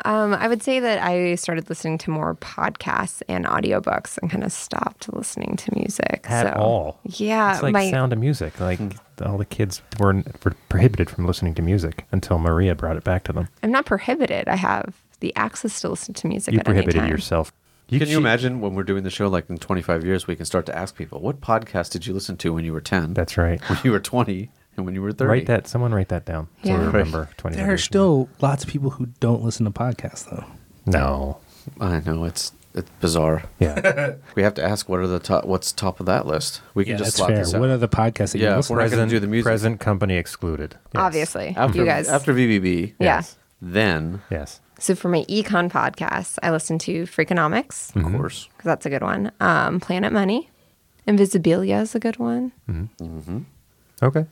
S2: Um, I would say that I started listening to more podcasts and audiobooks and kind of stopped listening to music.
S6: At
S2: so,
S6: all.
S2: Yeah.
S6: it's like
S2: my, Hmm.
S6: Sound of Music. Like all the kids were, were prohibited from listening to music until Maria brought it back to them.
S2: I'm not prohibited. I have the access to listen to music.
S6: You
S2: at any
S6: prohibited
S2: time.
S6: yourself.
S4: can
S6: che-
S4: you imagine when we're doing the show, like in 25 years, we can start to ask people, what podcast did you listen to when you were 10?
S6: That's right.
S4: when you were 20 and when you were 30.
S6: Write that. Someone write that down. So we
S2: Yeah.
S6: remember 20
S5: There are
S6: years.
S5: still lots of people who don't listen to podcasts though.
S6: No.
S4: I know it's it's bizarre.
S6: Yeah.
S4: We have to ask what are the top, what's top of that list. We can just
S5: that's
S4: slot
S5: fair.
S4: this out.
S5: What are the podcasts that
S4: Yeah,
S5: you listen
S4: we're
S5: to?
S4: not gonna
S6: present,
S4: do the music.
S6: present company excluded. Yes.
S2: Obviously.
S4: after
S2: you guys.
S4: after VBB?
S2: yeah.
S6: Yes.
S4: Then
S6: Yes.
S2: So for my econ podcasts, I listen to Freakonomics
S6: Hmm.
S2: because
S6: Mm-hmm.
S4: of course
S2: that's a good one. Um, Planet Money. Invisibilia is a good one.
S6: Okay.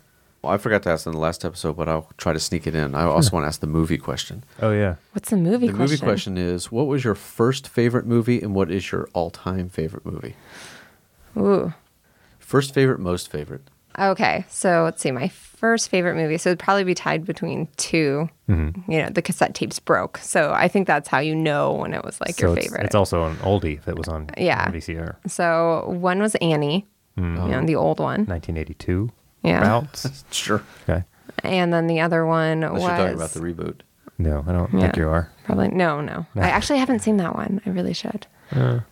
S4: Well, I forgot to ask in the last episode, but I'll try to sneak it in. I also want to ask the movie question.
S6: Oh yeah.
S2: What's the movie
S4: the
S2: question?
S4: movie question is: What was your first favorite movie, and what is your all-time favorite movie?
S2: Ooh.
S4: First favorite, most favorite.
S2: Okay, so let's see. My first favorite movie, so it'd probably be tied between 2
S6: Mm-hmm.
S2: You know, the cassette tapes broke, so I think that's how you know when it was like
S6: so
S2: your
S6: it's,
S2: favorite.
S6: It's also an oldie that was on
S2: Yeah.
S6: VCR.
S2: so one was Annie,
S6: Mm-hmm.
S2: you know, the old one,
S6: 1982.
S2: Yeah.
S6: Routes.
S4: Sure.
S6: okay.
S2: and then the other one
S4: Unless
S2: was
S4: you're talking about the reboot.
S6: No, I don't think
S2: Yeah.
S6: you are.
S2: probably no, no. I actually haven't seen that one. I really should.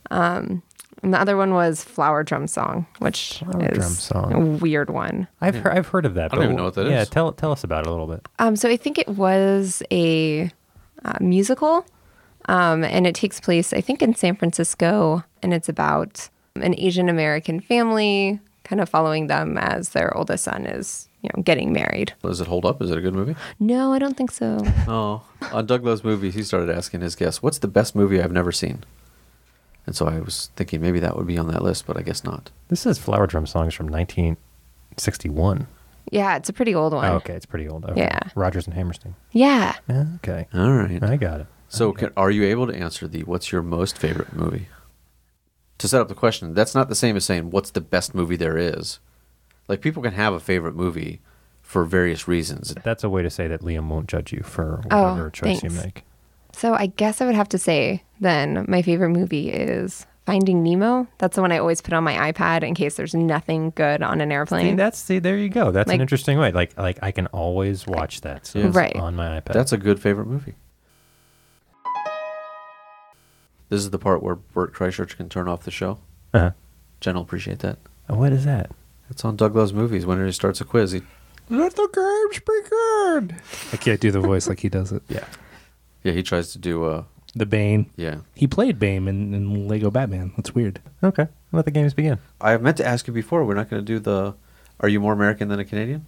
S2: Um, and the other one was Flower Drum Song, which
S6: Flower
S2: is
S6: Drum Song.
S2: a weird one.
S6: I've heard, I've heard of that.
S4: I don't
S6: but
S4: even
S6: wh-
S4: know what that
S6: yeah,
S4: is.
S6: tell tell us about it a little bit.
S2: Um, so I think it was a uh, musical, um, and it takes place, I think, in San Francisco, and it's about an Asian American family, kind of following them as their oldest son is, you know, getting married.
S4: Does it hold up? Is it a good movie?
S2: No, I don't think so.
S4: Oh, on Doug Love's movies, he started asking his guests, "What's the best movie I've never seen?" And so I was thinking maybe that would be on that list, but I guess not.
S6: This is Flower Drum Songs from 1961.
S2: yeah, it's a pretty old one.
S6: Oh, okay, it's pretty old. Okay.
S2: Yeah.
S6: Rogers and Hammerstein.
S2: Yeah.
S6: Yeah, okay.
S4: All right.
S6: I got it.
S4: So, can, are you able to answer the "What's your most favorite movie"? To set up the question, that's not the same as saying "What's the best movie there is." Like people can have a favorite movie for various reasons.
S6: That's a way to say that Liam won't judge you for
S2: Oh,
S6: whatever choice you
S2: thanks.
S6: make.
S2: So I guess I would have to say then my favorite movie is Finding Nemo. That's the one I always put on my iPad in case there's nothing good on an
S6: See,
S2: airplane.
S6: that's see, there you go. That's an
S2: Like-
S6: interesting way. Like like I can always watch that so it's
S2: Right.
S6: on my iPad.
S4: That's a good favorite movie. This is the part where Bert Kreischer can turn off the show.
S6: uh-huh. Oh,
S4: Jen will appreciate that.
S6: what is that?
S4: It's on Doug Loves Movies. Whenever he starts a quiz, he,
S5: Let the games begin. I can't do the voice like he does it.
S6: Yeah.
S4: yeah, he tries to do, uh,
S5: The Bane.
S4: yeah.
S5: He played Bane in, in Lego Batman. That's weird.
S6: Okay. Let the games begin.
S4: I meant to ask you before, we're not going to do the, are you more American than a Canadian?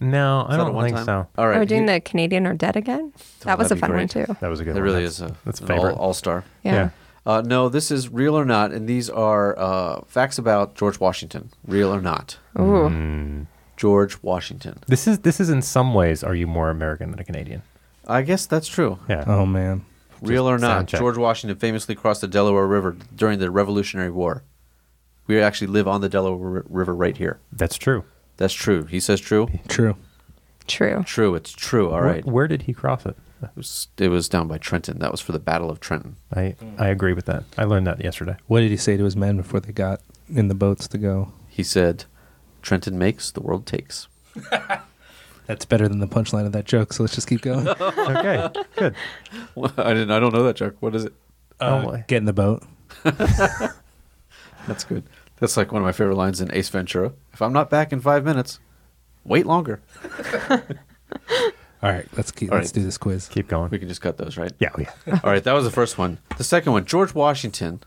S6: No, I
S4: Is that a
S6: don't
S4: one
S6: think
S4: time?
S6: so.
S4: All right.
S2: Are we Oh, doing
S4: he-
S2: the Canadian or Dead again? That
S4: that'd
S2: was a
S4: be
S2: fun
S4: great.
S2: one too.
S6: That was a good
S4: That
S6: one.
S4: really
S6: That's-
S4: is a,
S6: that's
S4: an
S6: favorite.
S4: all, all-star.
S2: Yeah.
S6: yeah.
S4: Uh, no, this is real or not, and these are uh, facts about George Washington. Real or not,
S2: Ooh.
S6: Mm.
S4: George Washington.
S6: This is this is in some ways are you more American than a Canadian?
S4: I guess that's true.
S6: Yeah.
S5: Oh man.
S4: Real or
S6: sound
S4: not,
S6: check.
S4: George Washington famously crossed the Delaware River during the Revolutionary War. We actually live on the Delaware R- River right here.
S6: That's true.
S4: That's true. He says true.
S5: True.
S2: True.
S4: True. It's true. All
S6: Where-
S4: right.
S6: Where, did he cross it?
S4: It was, it was down by Trenton. That was for the Battle of Trenton.
S6: I I agree with that. I learned that yesterday.
S5: What did he say to his men before they got in the boats to go?
S4: He said, "Trenton makes, the world takes."
S5: That's better than the punchline of that joke. So let's just keep going.
S4: Oh,
S6: Okay. good.
S4: I didn't. I don't know that joke. What is it?
S6: Oh, boy.
S5: Get in the boat.
S4: That's good. That's like one of my favorite lines in Ace Ventura. If I'm not back in five minutes, wait longer.
S5: All right. Let's keep.
S4: All
S5: let's
S4: right.
S5: do this quiz.
S6: Keep going.
S4: We can just cut those, right?
S6: yeah, oh, yeah.
S4: All right, that was the first one. The second one, George Washington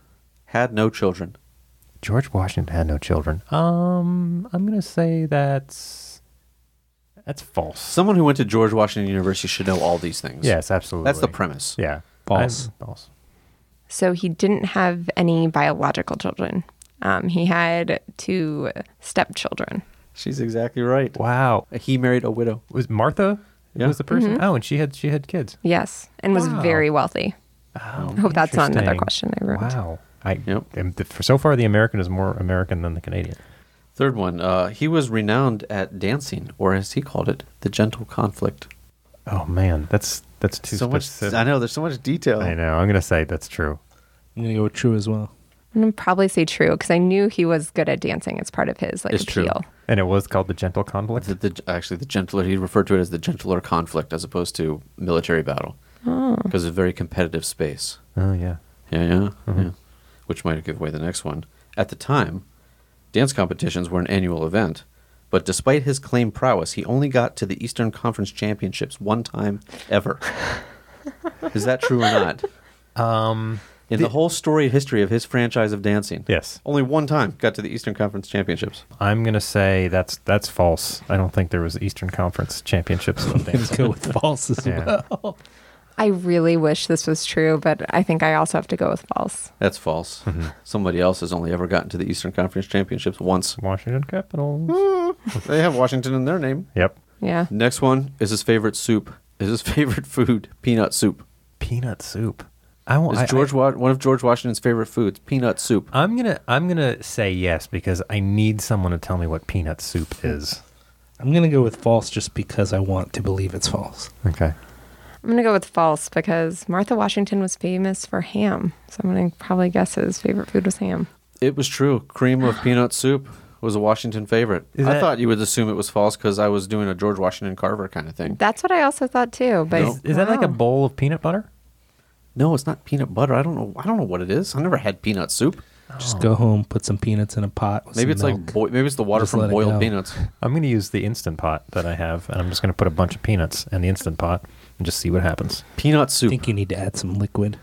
S4: had no children.
S6: George Washington had no children. Um, I'm gonna say that's that's false.
S4: Someone who went to George Washington University should know all these things.
S6: Yes, absolutely.
S4: That's the premise.
S6: Yeah,
S5: False.
S6: I- false.
S2: So he didn't have any biological children. Um, he had two stepchildren.
S4: She's exactly right.
S6: Wow.
S4: He married a widow.
S6: Was Martha?
S4: Yeah.
S6: Was the person? Oh, and she had she had kids.
S2: Yes, and was
S6: Wow.
S2: very wealthy.
S6: Oh,
S2: hope that's not another
S6: interesting.
S2: question I ruined.
S6: Wow. I
S4: Yep.
S6: am- the- for so far the American is more American than the Canadian.
S4: Third one, uh, he was renowned at dancing, or as he called it, the gentle conflict.
S6: Oh man, that's that's too
S4: so
S6: specific.
S4: much. I know. There's so much detail.
S6: I know. I'm gonna say that's true.
S5: I'm gonna go with true as well.
S2: I'm gonna probably say true because I knew he was good at dancing. It's part of his like
S4: It's true.
S2: appeal.
S6: And it was called the Gentle Conflict.
S4: The, the, actually, the gentler he referred to it as the gentler conflict, as opposed to military battle, because it's a very competitive space.
S6: oh yeah.
S4: Yeah, yeah, yeah. Which might give away the next one. At the time, dance competitions were an annual event, but despite his claimed prowess, he only got to the Eastern Conference Championships one time ever. Is that true or not?
S6: Um.
S4: In the whole story history of his franchise of dancing,
S6: Yes.
S4: only one time got to the Eastern Conference Championships.
S6: I'm gonna say that's that's false. I don't think there was Eastern Conference Championships of
S5: Let's
S6: dancing.
S5: go with false as
S6: Yeah.
S5: well.
S2: I really wish this was true, but I think I also have to go with false.
S4: That's false. Somebody else has only ever gotten to the Eastern Conference Championships once.
S6: Washington
S4: Hmm.
S6: Capitals.
S4: they have Washington in their name.
S6: yep.
S2: Yeah.
S4: Next one is his favorite soup. Is his favorite food peanut soup?
S6: Peanut soup. I
S4: Is
S6: want. I-
S4: George Wa- one of George Washington's favorite foods peanut soup?
S6: I, am gonna I'm gonna say yes because I need someone to tell me what peanut soup is.
S5: I'm gonna go with false just because I want to believe it's false.
S6: Okay.
S2: I'm gonna go with false because Martha Washington was famous for ham. So I'm gonna probably guess his favorite food was ham.
S4: It was true. Cream of peanut soup was a Washington favorite.
S6: Is
S4: I
S6: that-
S4: thought you would assume it was false because I was doing a George Washington Carver kind of thing.
S2: That's what I also thought too. But
S4: Nope.
S6: Is that like a
S2: Wow.
S6: bowl of peanut butter?
S4: No, it's not peanut butter. I don't know. I don't know what it is. I never had peanut soup.
S5: Just go home, put some peanuts in a pot. With
S4: Oh. Maybe it's
S5: some
S4: like
S5: milk.
S4: boi- maybe it's the water
S5: Just
S4: from
S5: let it
S4: boiled
S5: go.
S4: peanuts.
S6: I'm gonna use the instant pot that I have, and I'm just gonna put a bunch of peanuts in the instant pot and just see what happens.
S5: I
S4: Peanut soup.
S5: think you need to add some liquid.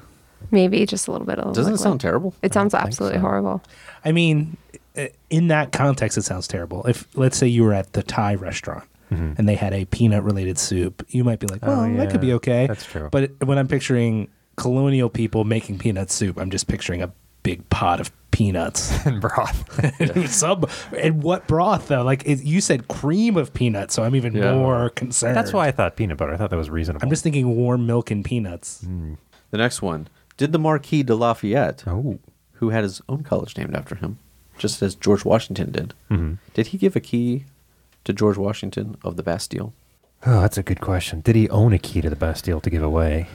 S2: maybe just a little bit of
S4: Doesn't it
S2: liquid.
S4: sound terrible?
S2: It sounds
S6: think
S2: absolutely
S6: so.
S2: horrible.
S5: I mean, i- in that context, it sounds terrible. If let's say you were at the Thai restaurant and they had a peanut-related soup, you might be like, "Well, that could be
S6: yeah.
S5: okay."
S6: That's true.
S5: But when I'm picturing colonial people making peanut soup, I'm just picturing a big pot of peanuts.
S6: And broth.
S5: Some and what broth though? Like it, you said, cream of peanuts, so I'm even
S4: Yeah.
S5: more concerned.
S6: That's why I thought peanut butter. I thought that was reasonable.
S5: I'm just thinking warm milk and peanuts.
S4: The next one. Did the Marquis de Lafayette,
S6: Oh.
S4: who had his own college named after him, just as George Washington did, did he give a key to George Washington of the Bastille?
S6: Oh, that's a good question. Did he own a key to the Bastille to give away?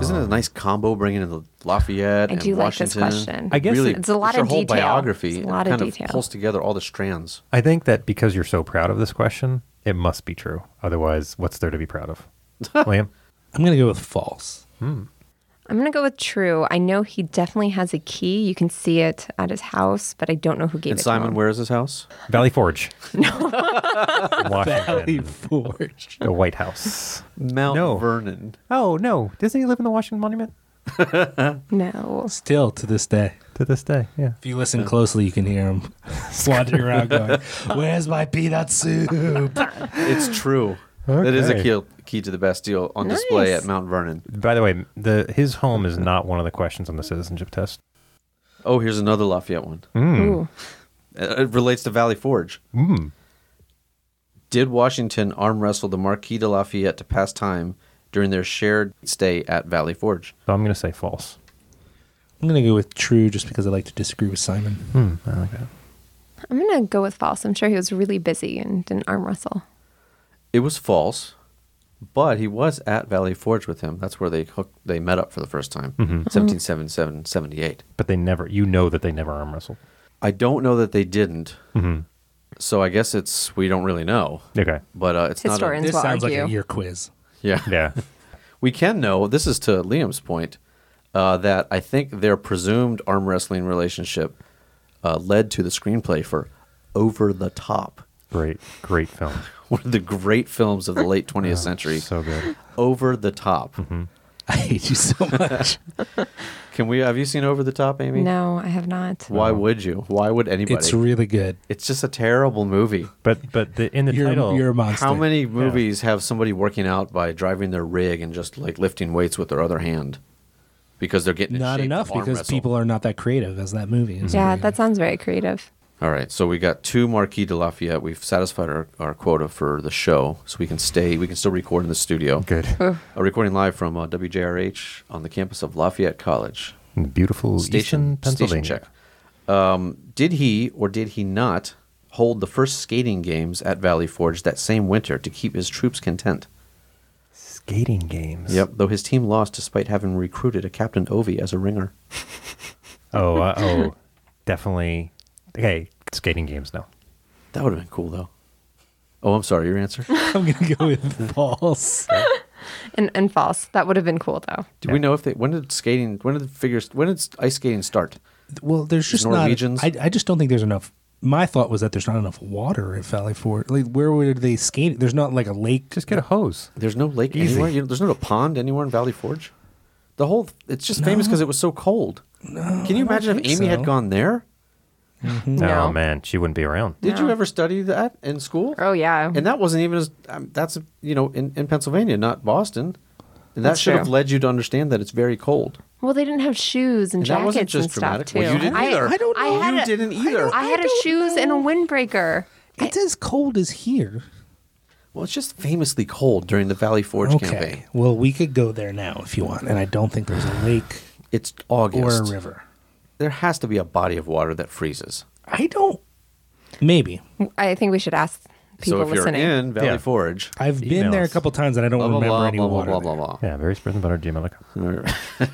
S4: Isn't it a nice combo bringing in the Lafayette
S2: I
S4: and
S2: do like this
S4: Washington?
S2: question.
S6: I guess
S4: really,
S2: it's a lot
S4: your
S2: of
S4: whole
S2: detail.
S4: biography
S2: It's a lot
S4: and
S2: of
S4: kind
S2: detail.
S4: pulls together all the strands.
S6: I think that because you're so proud of this question, it must be true. Otherwise, what's there to be proud of? Liam?
S5: I'm going to go with false.
S2: I'm gonna go with true. I know he definitely has a key. You can see it at his house, but I don't know who gave
S4: And
S2: it to
S4: Simon,
S2: him.
S4: where is his house?
S6: Valley Forge.
S5: Valley
S6: Washington.
S5: Forge.
S6: The White House.
S4: Mount
S6: No.
S4: Vernon.
S6: Oh, no. Doesn't he live in the Washington Monument?
S2: No,
S5: Still to this day.
S6: To this day, yeah.
S5: If you listen closely, you can hear him wandering around going, Where's my peanut soup?
S4: It's true. That is a
S6: Okay.
S4: key, key to the Bastille on display
S2: Nice.
S4: at Mount Vernon.
S6: By the way, the his home is not one of the questions on the citizenship test.
S4: Oh, here's another Lafayette one.
S6: Hmm.
S2: Ooh.
S4: Uh, It relates to Valley Forge. Did Washington arm wrestle the Marquis de Lafayette to pass time during their shared stay at Valley Forge?
S6: So I'm going to say false.
S5: I'm going to go with true just because I like to disagree with Simon.
S6: Hmm, I like that.
S2: I'm gonna go with false. I'm sure he was really busy and didn't arm wrestle.
S4: It was false, but he was at Valley Forge with him. That's where they hooked, they met up for the first time, 1777, 78.
S6: But they never, you know that they never arm wrestled.
S4: I don't know that they didn't. So I guess it's we don't really know.
S6: Okay.
S4: But uh, it's
S2: Historians.
S4: not.
S5: This
S2: will
S5: sounds like a
S2: argue.
S5: year quiz.
S4: A, yeah,
S6: Yeah.
S4: we can know. This is to Liam's point uh, that I think their presumed arm wrestling relationship uh, led to the screenplay for Over the Top,
S6: great, great film. Oh,
S4: one of the great films of the late 20th
S5: Oh,
S4: century.
S6: So good.
S4: Over the Top.
S5: Mm-hmm. I hate you so much.
S4: Can we? Have you seen Over the Top, Amy?
S2: No, I have not.
S4: Why would you? Why would anybody?
S5: it's really good.
S4: It's just a terrible movie.
S6: But but the, in the
S5: You're,
S6: title,
S5: you're a monster.
S4: How many movies have somebody working out by driving their rig and just like lifting weights with their other hand because they're getting in
S5: Not
S4: shape to
S5: enough
S4: arm
S5: because
S4: wrestle.
S5: people are not that creative as that movie is.
S2: Yeah, that sounds very creative.
S4: All right, so we got two Marquis de Lafayette. We've satisfied our, our quota for the show, so we can stay. We can still record in the studio.
S6: good.
S4: Uh, recording live from uh, WJRH on the campus of Lafayette College.
S6: In the beautiful Eastern
S4: Station,
S6: Pennsylvania.
S4: station check. Um, did he or did he not hold the first skating games at Valley Forge that same winter to keep his troops content?
S6: Skating games.
S4: Yep, though his team lost despite having recruited a Captain Ovi as a ringer.
S6: Oh, uh, oh, definitely. Okay, skating games now.
S4: That would have been cool, though. Oh, I'm sorry, your answer? Do
S5: I'm going to go with false.
S2: And and false. That would have been cool though.
S4: we know if they, when did skating, when did figures, when did ice skating start?
S5: Well, there's just
S4: Norwegians?
S5: not. I, I just don't think there's enough. My thought was that there's not enough water at Valley Forge. Like, where would they skate? There's not like a lake.
S6: Just get a hose.
S4: There's no lake
S6: Easy.
S4: anywhere. You know, there's not a pond anywhere in Valley Forge. The whole, it's just famous because it was so cold. Can you imagine if
S5: think
S4: Amy had
S5: so.
S4: gone there?
S2: No.
S6: Oh man, she wouldn't be around.
S4: Did you ever study that in school?
S2: Oh yeah.
S4: And that wasn't even as, um, that's, you know, in, in Pennsylvania, not Boston. And that
S2: That's
S4: should have
S2: true.
S4: led you to understand that it's very cold.
S2: well, they didn't have shoes and,
S4: And
S2: jackets
S4: that wasn't just
S2: and
S4: dramatic.
S2: stuff too.
S4: Well, you didn't
S2: I,
S4: either.
S2: I
S5: don't
S2: I
S5: know.
S2: had
S4: you
S2: a-
S4: didn't either.
S2: I had a
S5: don't
S2: shoes and a windbreaker.
S5: It's as cold as here.
S4: Well, it's just famously cold during the Valley Forge
S5: Okay.
S4: campaign.
S5: Well, we could go there now if you want. And I don't think there's a lake
S4: It's
S5: or
S4: August.
S5: a river.
S4: There has to be a body of water that freezes.
S5: I don't. Maybe
S2: I think we should ask people
S4: so if
S2: listening.
S4: you're in Valley
S6: Yeah.
S4: Forge,
S5: I've been there a
S6: Emails.
S5: couple times and I don't
S4: blah blah
S5: remember
S4: blah
S5: any
S4: blah, blah
S5: water.
S4: blah blah blah.
S6: Yeah, very spread and butter gmail.com.
S4: All right. All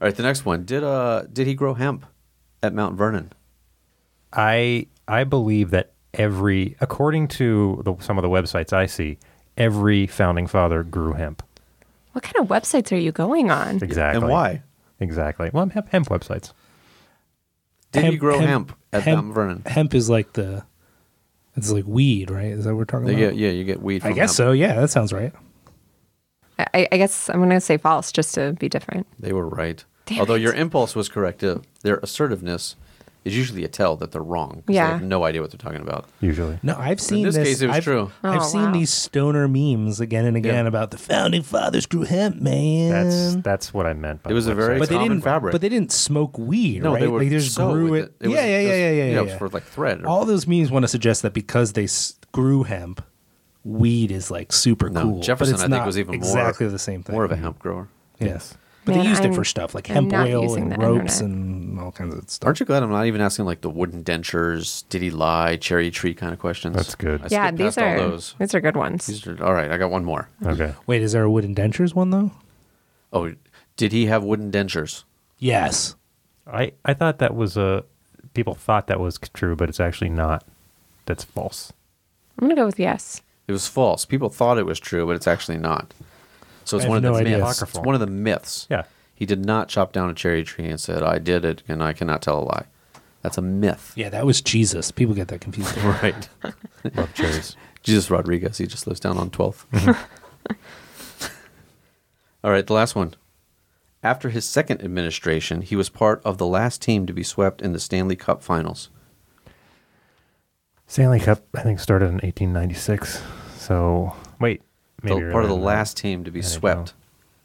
S4: right, the next one. Did uh did he grow hemp at Mount Vernon?
S6: I I believe that every, according to the, some of the websites I see, every founding father grew hemp.
S2: What kind of websites are you going on?
S6: Exactly.
S4: And why?
S6: Exactly. Well, hemp, hemp websites.
S4: Did he grow hemp, at Mount Vernon?
S5: Hemp is like the. It's like weed, right? Is that what we're talking
S4: They
S5: about?
S4: get, yeah, you get weed. From
S5: I guess
S4: hemp.
S5: so. Yeah, that sounds right.
S2: I, I guess I'm gonna say false just to be different.
S4: They were right.
S2: Damn
S4: Although
S2: it.
S4: your impulse was correct, uh, their assertiveness is usually a tell that they're wrong. 'cause
S2: Yeah.
S4: They have no idea what they're talking about.
S6: Usually.
S5: No, I've seen
S4: this case, it was
S5: I've,
S4: true.
S5: I've
S2: Oh,
S5: seen
S2: wow.
S5: these stoner memes again and again
S4: Yeah.
S5: about the founding fathers grew hemp, man.
S6: That's that's what I meant. By
S4: It was
S6: the
S4: a very-
S6: website.
S5: but they
S4: common
S5: didn't.
S4: fabric.
S5: But they didn't smoke weed,
S4: No,
S5: right?
S4: they were
S5: they just
S4: sewed
S5: grew
S4: with
S5: it.
S4: was-
S5: yeah, yeah,
S4: was-
S5: yeah, yeah, yeah,
S4: It was
S5: yeah.
S4: for like thread. Or,
S5: All those memes want to suggest that because they s- grew hemp, weed is like super
S4: No,
S5: cool. but
S4: Jefferson,
S5: it's
S4: I think,
S5: not
S4: was even more-
S5: exactly the same thing.
S4: more of a hemp grower.
S5: yes. But
S2: Man,
S5: they used
S2: I'm-
S5: it for stuff like
S2: I'm
S5: hemp
S2: not
S5: oil and
S2: using the
S5: ropes
S2: internet.
S5: and all kinds of stuff.
S4: Aren't you glad I'm not even asking like the wooden dentures, did he lie, cherry tree kind of questions?
S6: That's good.
S4: I
S2: yeah,
S4: skipped
S2: these
S4: past
S2: are
S4: all those.
S2: these are good ones.
S4: These are all right. I got one more.
S6: okay.
S5: Wait, is there a wooden dentures one though?
S4: Oh, Did he have wooden dentures?
S5: Yes.
S6: I, I thought that was a. People thought that was true, but it's actually not. That's false.
S2: I'm gonna go with yes.
S4: It was false. People thought it was true, but it's actually not. So it's
S5: I
S4: one of
S5: have
S4: the
S5: no idea.
S4: myths. It's one of the myths.
S6: Yeah.
S4: He did not chop down a cherry tree and said, "I did it, and I cannot tell a lie." That's a myth.
S5: Yeah, that was Jesus. People get that confused.
S4: Right.
S6: Love cherries.
S4: Jesus Rodriguez. He just lives down on
S5: Mm-hmm.
S4: 12th. All right, the last one. After his second administration, he was part of the last team to be swept in the Stanley Cup Finals.
S6: Stanley Cup, I think, started in 1896. So, wait.
S4: The-
S6: you're
S4: part of the
S6: right.
S4: last team to be
S6: I know.
S4: swept.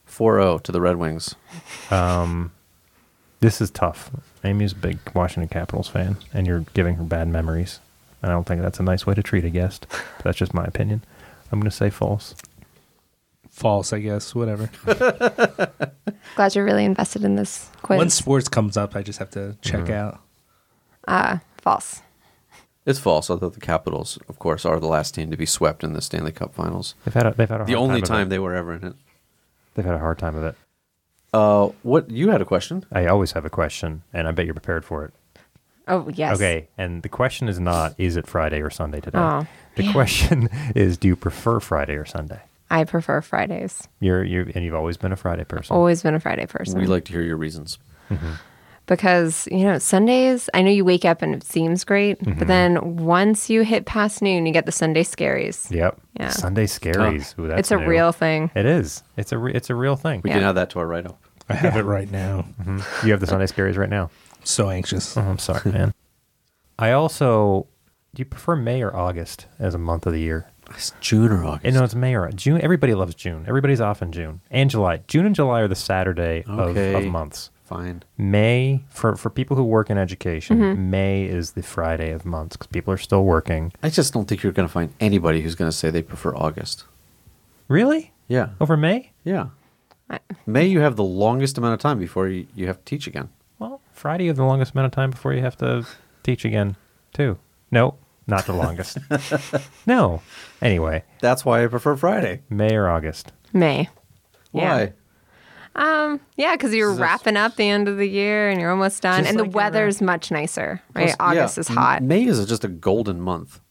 S4: 4-0 to the Red Wings.
S6: This is tough. Amy's a big Washington Capitals fan, and you're giving her bad memories. And I don't think that's a nice way to treat a guest. But that's just my opinion. I'm going to say false.
S5: False, I guess. Whatever.
S2: Glad you're really invested in this quiz.
S5: When sports comes up, I just have to check
S4: Mm-hmm.
S5: out.
S2: False.
S4: It's false, although the Capitals, of course, are the last team to be swept in the Stanley Cup Finals.
S6: They've had a, they've had a
S4: The
S6: hard
S4: only
S6: time, of
S4: time
S6: it.
S4: they were ever in it.
S6: they've had a hard time of it.
S4: Uh, what you had a question?
S6: I always have a question, and I bet you're prepared for it.
S2: Oh yes.
S6: Okay, and the question is not is it Friday or Sunday today?
S2: Oh,
S6: the
S2: yeah.
S6: question is do you prefer Friday or Sunday?
S2: I prefer Fridays.
S6: You're you and you've always been a Friday person.
S2: Always been a Friday person.
S4: We'd like to hear your reasons.
S2: because you know Sundays. I know you wake up and it seems great,
S4: Mm-hmm.
S2: but then once you hit past noon, you get the Sunday scaries.
S6: Yep.
S2: Yeah. Oh,
S6: Sunday scaries. Ooh, that's
S2: it's a
S6: new.
S2: real thing.
S6: It is. It's a re- it's a real thing.
S4: We
S2: Yeah.
S4: can add that to our write-up.
S5: I have it right now.
S4: Mm-hmm.
S6: You have the Sunday scaries right now.
S5: I'm so anxious.
S6: Oh, I'm sorry, man. I also do you prefer May or August as a month of the year?
S4: It's June or August.
S6: Eh, No, it's May or June. Everybody loves June. Everybody's off in June and July. June and July are the Saturday of,
S4: Okay.
S6: of months.
S4: Fine.
S6: May for for people who work in education, May is the Friday of months because people are still working.
S4: I just don't think you're going to find anybody who's going to say they prefer August.
S6: Really?
S4: Yeah.
S6: Over May?
S4: Yeah.
S2: I-
S4: May you have the longest amount of time before you, you have to teach again.
S6: Well, Friday is the longest amount of time before you have to teach again, too. No, not the longest. no. Anyway,
S4: That's why I prefer Friday.
S6: May or August.
S2: May. Yeah.
S4: Why?
S2: Yeah, because you're
S4: This-
S2: wrapping up the end of the year and you're almost done,
S6: Just
S2: and the
S6: like you're, uh,
S2: weather's much nicer. Right,
S4: Plus-
S2: August
S4: yeah,
S2: is hot.
S4: M- May is just a golden month.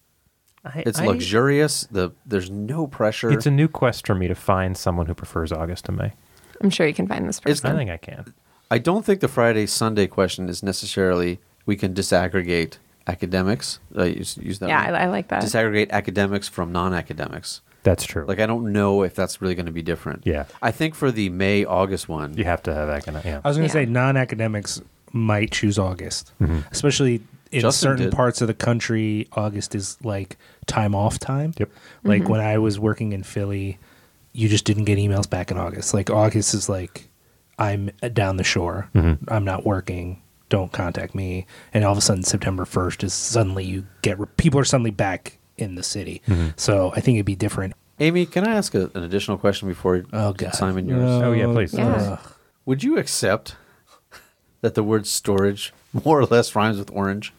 S6: I,
S4: It's
S6: I-
S4: luxurious. The there's no pressure.
S6: It's a new quest for me to find someone who prefers August to May.
S4: Mm-hmm.
S2: I'm sure you can find this person.
S6: I think I can.
S4: I don't think the Friday Sunday question is necessarily we can disaggregate academics. I use, use that.
S2: yeah,
S4: one.
S2: I, I like that.
S4: Disaggregate academics from non-academics.
S6: That's true.
S4: Like I don't know if that's really going to be different.
S6: Yeah.
S4: I think for the May August one,
S6: you have to have that kind of yeah.
S5: I was going
S2: Yeah.
S5: to say non academics might choose August, especially in
S4: Justin
S5: certain
S4: did.
S5: parts of the country. August is like time off time.
S6: Yep.
S5: Like
S2: Mm-hmm.
S5: when I was working in Philly, you just didn't get emails back in August. Like August is like, I'm uh, down the shore. I'm not working. Don't contact me. And all of a sudden, September 1st is suddenly you get re- people are suddenly back in the city. So I think it'd be different.
S4: Amy, can I ask a, an additional question before
S5: Oh, God.
S4: Simon yours?
S6: oh yeah, please.
S2: Yeah.
S4: Would you accept that the word storage more or less rhymes with orange?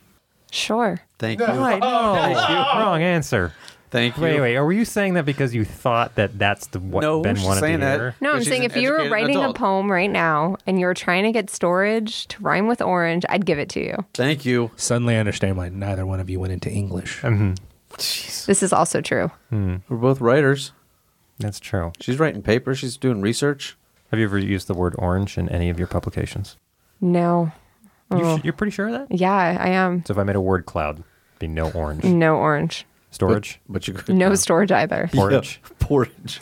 S2: sure.
S4: Thank you.
S6: Thank you. Wrong answer.
S4: Thank you.
S6: oh, Wait, wait. Are you saying that because you thought that that's the what
S4: No,
S6: Ben
S4: she's
S6: wanted
S4: saying
S6: to
S4: that-
S6: hear?
S2: No,
S4: But
S2: I'm
S4: she's
S2: saying
S4: an
S2: if you were
S4: educated
S2: writing
S4: adult.
S2: a poem right now and you were trying to get storage to rhyme with orange, I'd give it to you.
S4: Thank you.
S5: Suddenly I understand why neither one of you went into English.
S4: Jeez.
S2: This is also true.
S4: We're both writers.
S6: That's true.
S4: She's writing papers. She's doing research.
S6: Have you ever used the word orange in any of your publications?
S2: No.
S6: You
S2: Oh.
S6: sh- you're pretty sure of that?
S2: Yeah, I am.
S6: So if I made a word cloud, it'd be no orange.
S4: Mm.
S2: No orange.
S6: Storage?
S4: But you could
S2: No storage either.
S6: Porridge?
S4: Porridge.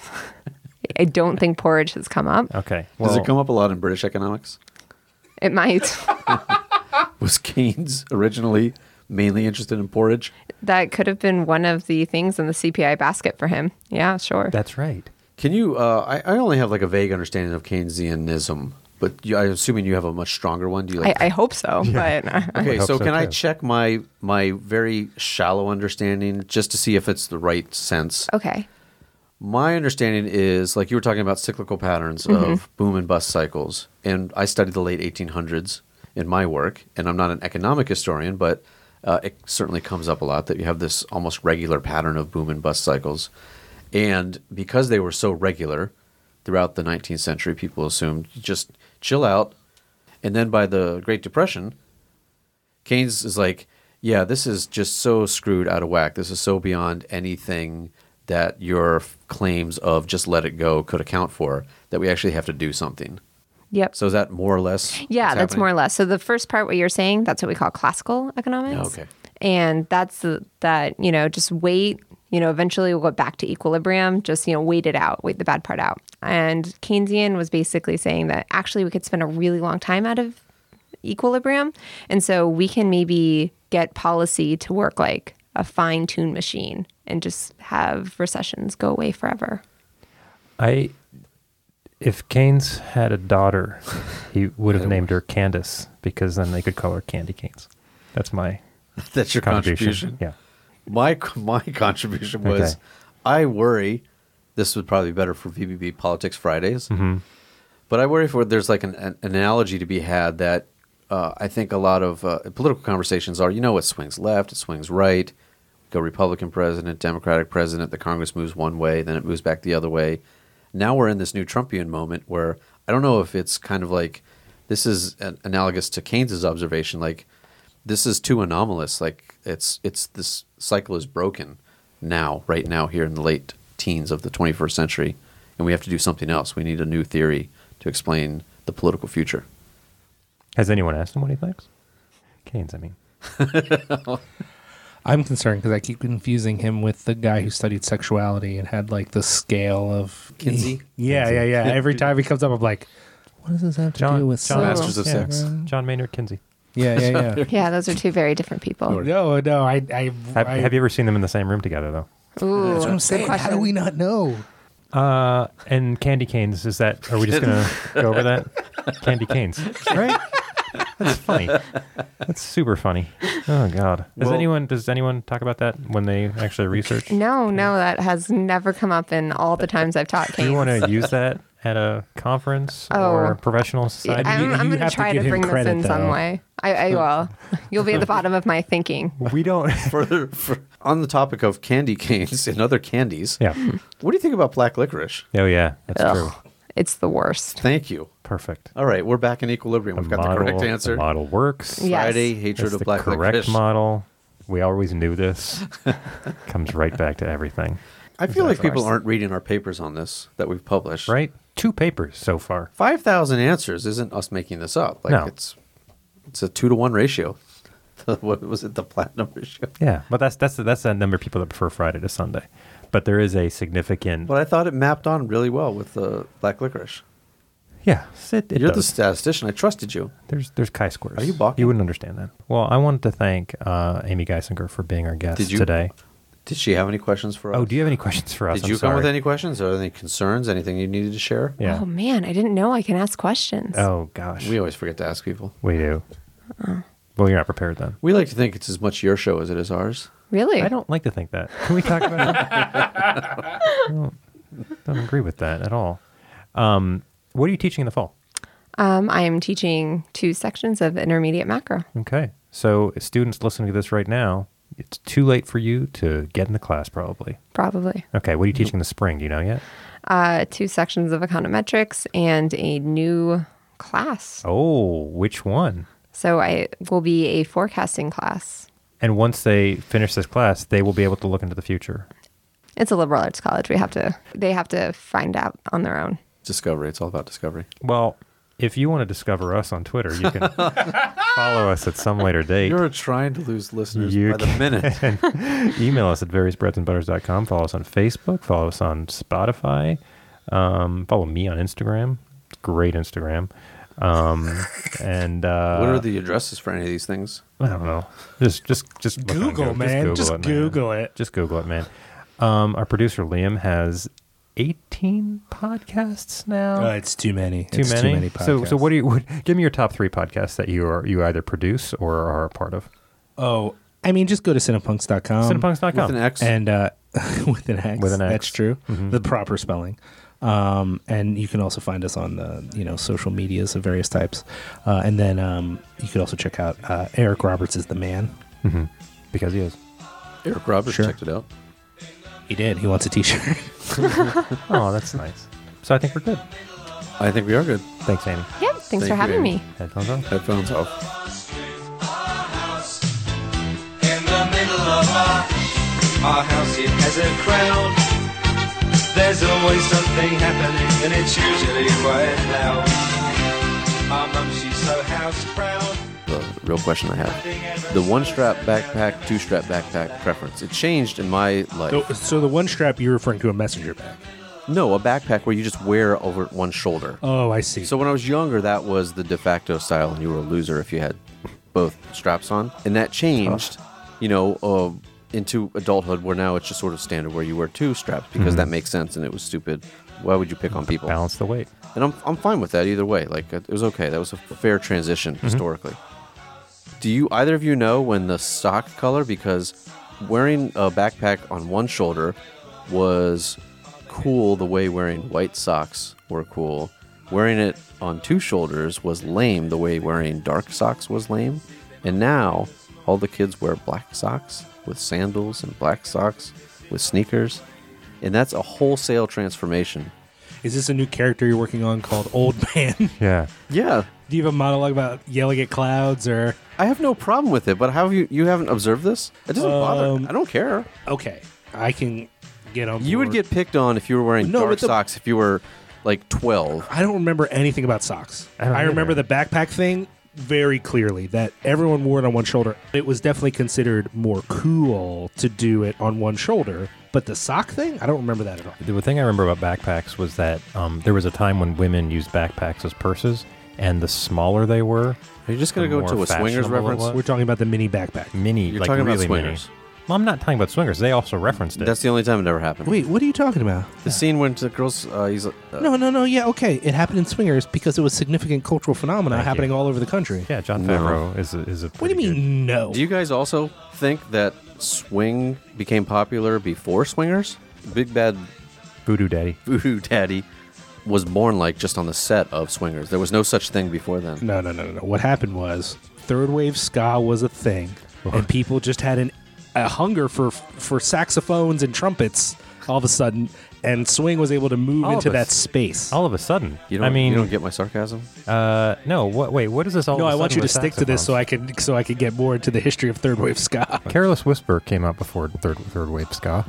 S2: I don't think porridge has come up.
S4: Oh.
S6: Okay.
S4: Does
S6: well,
S4: it come up a lot in British economics?
S2: It might.
S4: Was Keynes originally mainly interested in porridge?
S2: that could have been one of the things in the CPI basket for him. Yeah, sure.
S6: That's right.
S4: Can you? Uh, I, I only have like a vague understanding of Keynesianism, but you, I'm assuming you have a much stronger one. Do you?
S2: I,
S4: Like,
S2: I hope so, but uh,
S4: okay,
S6: hope
S4: so
S6: so,
S4: can I
S6: too.
S4: check my my very shallow understanding just to see if it's the right sense?
S2: okay.
S4: My understanding is like you were talking about cyclical patterns of boom and bust cycles. And I studied the late 1800s in my work, and I'm not an economic historian, but uh, it certainly comes up a lot that you have this almost regular pattern of boom and bust cycles. And because they were so regular, throughout the 19th century, people assumed just chill out. And then by the Great Depression, Keynes is like, yeah, this is just so screwed out of whack. This is so beyond anything that your f- claims of just let it go could account for that we actually have to do something.
S2: Yep.
S4: So is that more or less?
S2: yeah,
S4: what's
S2: that's more or
S4: happening?
S2: less. So the first part, what you're saying, that's what we call classical economics.
S4: okay.
S2: And that's the, that you know just wait. You know, eventually we'll get back to equilibrium. Just you know, wait it out, wait the bad part out. And Keynesian was basically saying that actually we could spend a really long time out of equilibrium, and so we can maybe get policy to work like a fine-tuned machine and just have recessions go away forever.
S6: I, if Keynes had a daughter, he would have named her Candace because then they could call her Candy Canes. That's my
S4: That's your contribution.
S6: contribution. Yeah.
S4: My my contribution was,
S6: Okay.
S4: I worry. This would probably be better for VBB Politics Fridays, but I worry for there's like an, an analogy to be had that uh, I think a lot of uh, political conversations are. You know, it swings left, it swings right. Go Republican president, Democratic president. The Congress moves one way, then it moves back the other way. Now we're in this new Trumpian moment where I don't know if it's kind of like this is an, analogous to Keynes's observation, like this is too anomalous. Like it's it's this cycle is broken now, right now, here in the late teens of the 21st century, and we have to do something else. We need a new theory to explain the political future.
S6: Has anyone asked him what he thinks? Keynes, I mean.
S5: I'm concerned because I keep confusing him with the guy who studied sexuality and had like the scale of
S4: Kinsey?
S5: yeah, yeah, yeah. Every time he comes up, I'm like, what does this have to
S6: John,
S5: do with
S6: John
S5: sex?
S4: Masters of
S6: yeah,
S4: Sex.
S6: John Maynard Kinsey.
S5: Yeah, yeah, yeah.
S2: Yeah, those are two very different people.
S5: no, no. I, I,
S6: Have,
S5: I
S6: have you ever seen them in the same room together, though?
S2: Ooh,
S5: That's what I'm saying. How do we not know?
S6: Uh, and Candy Canes, is that, are we just going to go over that? Candy Canes, right? That's funny. That's super funny. Oh, God. Does
S4: Well-
S6: anyone, does anyone talk about that when they actually research?
S2: No, no, that has never come up in all the times I've taught
S6: Do
S2: Keynes.
S6: you want to use that at a conference or
S2: Oh.
S6: a professional
S2: Yeah,
S6: society?
S2: I'm,
S5: you-
S2: I'm
S5: you
S2: going to
S5: have to
S2: try to,
S5: give him
S2: bring this
S5: credit,
S2: in some
S5: though.
S2: way. I, I will. You'll be at the bottom of my thinking.
S6: we don't.
S4: Further for, on the topic of candy canes and other candies,
S6: yeah.
S4: what do you think about black licorice?
S6: Oh, yeah. That's
S2: Ugh,
S6: true.
S2: It's the worst.
S4: Thank you.
S6: Perfect.
S4: All right, we're back in equilibrium. We've got the correct answer.
S6: model works.
S2: Yeah. Yes.
S4: Friday,
S6: That's
S4: hatred
S6: the
S4: of black
S6: correct
S4: licorice.
S6: model. We always knew this. Comes right back to everything,
S4: I feel like people
S2: ours.
S4: aren't reading our papers on this that we've published.
S6: right? Two papers so far.
S4: five thousand answers isn't us making this up. Like
S6: No.
S4: it's it's a two to one ratio. what was it? The platinum ratio.
S6: Yeah, but that's that's that's the number of people that prefer Friday to Sunday. But there is a significant.
S4: But I thought it mapped on really well with the black licorice.
S6: yeah, it, it
S4: You're the
S6: does.
S4: statistician. I trusted you.
S6: there's there's chi-squares.
S4: Are you balking?
S6: You wouldn't understand that. Well, I wanted to thank uh, Amy Geisinger for being our guest
S4: Did you-
S6: today.
S4: Did she have any questions for us?
S6: Oh, do you have any questions for us?
S4: Did
S6: I'm
S4: you come with
S6: sorry.
S4: any questions or any concerns? Anything you needed to share?
S6: Yeah.
S2: Oh, man. I didn't know I can ask questions.
S6: Oh gosh.
S4: We always forget to ask people.
S6: We do. Well, you're not prepared then.
S4: We like to think it's as much your show as it is ours.
S2: really?
S6: I don't like to think that. Can we talk about it? I don't, don't agree with that at all. Um, what are you teaching in the fall?
S2: Um, I am teaching two sections of intermediate macro.
S6: Okay. So, students listening to this right now, it's too late for you to get in the class, probably.
S2: Probably
S6: Okay. What are you teaching in the spring? Do you know yet?
S2: uh, two sections of econometrics and a new class.
S6: Oh, which one?
S2: So I will be a forecasting class.
S6: And once they finish this class, they will be able to look into the future.
S2: It's a liberal arts college. We have to. They have to find out on their own.
S4: Discovery. It's all about discovery.
S6: Well, if you want to discover us on Twitter, you can follow us at some later date.
S4: You're trying to lose listeners
S6: You
S4: by the minute.
S6: email us at variousbreadsandbutters.com. Follow us on Facebook. Follow us on Spotify. Um, follow me on Instagram. Great Instagram. Um, and uh,
S4: what are the addresses for any of these things?
S6: I don't know. Just just just look on
S5: Google, man. Just Google,
S6: man.
S5: it.
S6: Just Google it, man. Um, our producer Liam has eighteen podcasts now.
S5: Oh, it's too many.
S6: too
S5: It's
S6: many. so so
S5: podcasts.
S6: what do you? What, give me your top three podcasts that you are you either produce or are a part of.
S5: Oh, I mean, just go to
S6: Um,
S5: cinepunks.com.
S6: Cinepunks.com.
S4: With an X?
S5: and uh, with an X.
S6: With an X. Mm-hmm.
S5: That's true. The proper spelling. Um, and you can also find us on the you know social medias of various types. Uh, and then um, you could also check out uh, Eric Roberts is the man.
S6: because he is.
S4: Eric Roberts
S5: Sure.
S4: checked it out.
S5: He did. He wants a T-shirt.
S6: Oh, that's nice. So I think we're good.
S4: I think we are good.
S6: Thanks, Amy.
S2: Yeah, thanks
S4: Thank
S2: for having
S4: you.
S2: me.
S6: Headphones on.
S4: Headphones off.
S3: in the middle of our our house it has a crowd there's always something happening and it's usually quite loud our mum she's so house proud
S4: The real question I have: the one strap backpack, two strap backpack preference. It changed in my life.
S5: So, so the one strap you're referring to a messenger bag.
S4: No, a backpack where you just wear over one shoulder.
S5: Oh, I see.
S4: So when I was younger, that was the de facto style, and you were a loser if you had both straps on. And that changed, you know, uh, into adulthood, where now it's just sort of standard where you wear two straps because that makes sense, and it was stupid. Why would you pick on people?
S6: Balance the weight.
S4: And I'm, I'm fine with that either way. Like it was okay. That was a fair transition historically. Do you either of you know when the sock color? Because wearing a backpack on one shoulder was cool the way wearing white socks were cool. Wearing it on two shoulders was lame the way wearing dark socks was lame. And now all the kids wear black socks with sandals and black socks with sneakers. And that's a wholesale transformation.
S5: Is this a new character you're working on called Old Man? Do
S6: Yeah.
S4: Yeah.
S5: you have a monologue about yelling at clouds or?
S4: I have no problem with it, but how have you you haven't observed this? It doesn't bother.
S5: Um,
S4: me. I don't care.
S5: Okay, I can get on.
S4: You would
S5: board.
S4: get picked on if you were wearing
S5: No,
S4: dark
S5: but the-
S4: socks if you were like 12.
S5: I don't remember anything about socks.
S6: I don't
S5: I, remember
S6: either.
S5: the backpack thing very clearly that everyone wore it on one shoulder. It was definitely considered more cool to do it on one shoulder, but the sock thing, I don't remember that at all.
S6: The thing I remember about backpacks was that um, there was a time when women used backpacks as purses, and the smaller they were,
S4: Are you just going
S6: The
S4: to go into
S6: more
S4: a swingers
S6: fashionable it
S4: reference?
S6: was.
S5: We're talking about the mini backpack.
S6: mini.
S4: You're
S6: like
S4: talking about
S6: really mini.
S4: swingers.
S6: Well, I'm not talking about swingers. They also referenced it.
S4: That's the only time it ever happened.
S5: Wait, what are you talking about?
S4: the scene when the girls uh, he's uh,
S5: No, no, no. Yeah, okay. It happened in swingers because it was significant cultural phenomena
S6: Thank you.
S5: happening all over the country.
S6: yeah, John
S4: No.
S6: Favreau is a, is a.
S5: What do you
S6: pretty good-
S5: mean no?
S4: Do you guys also think that swing became popular before swingers? Big Bad
S6: Voodoo Daddy?
S4: Voodoo Daddy was born like just on the set of swingers. There was no such thing before then.
S5: No, no, no, no, no. What happened was third wave ska was a thing,
S6: Uh-huh.
S5: and people just had an, a hunger for for saxophones and trumpets all of a sudden, and swing was able to move
S6: All of
S5: into
S6: a
S5: that
S6: s-
S5: space.
S6: All of a sudden,
S4: You don't,
S6: I mean,
S4: you don't get my sarcasm?
S6: uh, no. What? Wait, what is this all?
S5: no,
S6: of
S5: I
S6: a
S5: want you
S6: sudden
S5: to
S6: with
S5: stick to this so I
S6: saxophones?
S5: can so I can get more into the history of third wave ska.
S6: Careless Whisper came out before third third wave ska.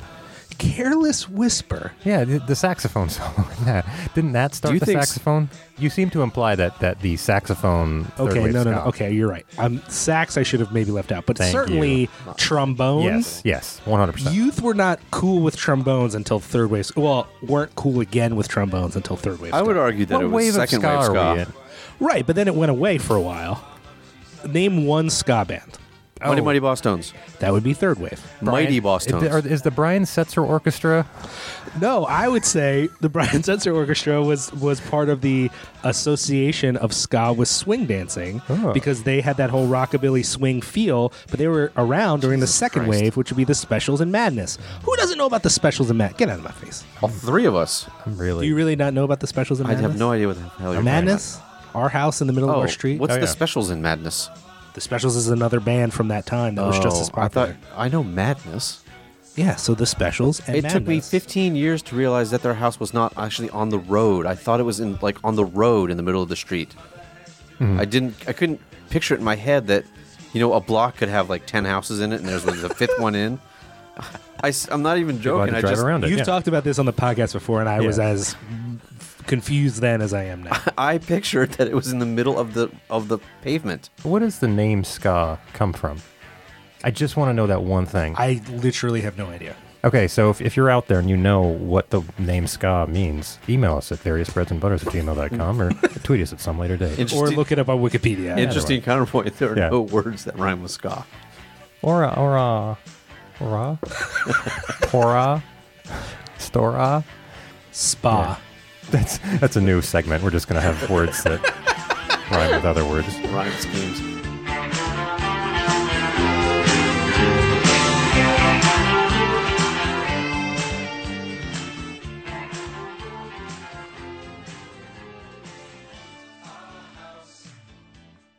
S5: Careless whisper.
S6: Yeah, the, the saxophone solo. in that. Didn't that start
S4: you
S6: the
S4: think s-
S6: saxophone? You seem to imply that that the saxophone. third
S5: Okay,
S6: wave
S5: no, no, no.
S6: ska-
S5: Okay, you're right. Um, sax I should have maybe left out, but
S6: Thank
S5: certainly
S6: you.
S5: trombones.
S6: Yes, yes, one hundred percent.
S5: Youth were not cool with trombones until third wave. Well, weren't cool again with trombones until third wave.
S4: I
S5: ska.
S4: would argue that
S6: What
S4: it was
S6: wave of
S4: second
S6: ska
S4: wave
S6: are
S4: ska.
S6: we in?
S5: Right, but then it went away for a while. Name one ska band.
S4: Mighty Mighty Boss Tones.
S5: That would be third wave.
S4: Mighty Boss
S6: Is,
S4: Tones.
S6: the- are- is the Brian Setzer Orchestra?
S5: No, I would say the Brian Setzer Orchestra was was part of the association of ska with swing dancing
S6: Oh.
S5: because they had that whole rockabilly swing feel, but they were around during the second
S4: Christ.
S5: wave, which would be the Specials and Madness. Who doesn't know about the Specials and Madness? Get out of my face.
S4: All three of us.
S6: I'm really.
S5: Do you really not know about the Specials and
S4: I
S5: Madness?
S4: have no idea what the hell you're talking
S5: Madness, our house in the middle
S4: about.
S5: of
S4: Oh,
S5: our street.
S4: What's
S6: Oh,
S4: the
S6: yeah.
S4: specials in Madness?
S5: The Specials is another band from that time that was just as
S4: Oh, I
S5: popular.
S4: thought I know Madness.
S5: Yeah, so the specials and
S4: it took me
S5: Madness.
S4: 15 years to realize that their house was not actually on the road. I thought it was in like on the road in the middle of the street.
S5: Hmm.
S4: I didn't. I couldn't picture it in my head that you know a block could have like 10 houses in it, and there's like, the fifth one in. I, am not even
S6: had
S4: joking.
S6: to
S4: oh, I
S6: drive
S4: just
S6: around it.
S5: You've
S6: yeah.
S5: talked about this on the podcast before, and I was
S6: Yeah.
S5: as confused then as I am now.
S4: I pictured that it was in the middle of the of the pavement.
S6: What does the name ska come from? I just want to know that one thing.
S5: I literally have no idea.
S6: okay, so if, if you're out there and you know what the name ska means, email us at variousbreadsandbutters at gmail.com or tweet us at some later date.
S4: Interesting,
S5: Or look it up on Wikipedia.
S4: interesting counterpoint. There are
S6: Yeah.
S4: no words that rhyme with ska.
S6: Or a, or a, or a, pora, stora.
S5: Spa.
S6: That's that's a new segment. We're just gonna have words that rhyme with other words.
S4: Rhyme schemes.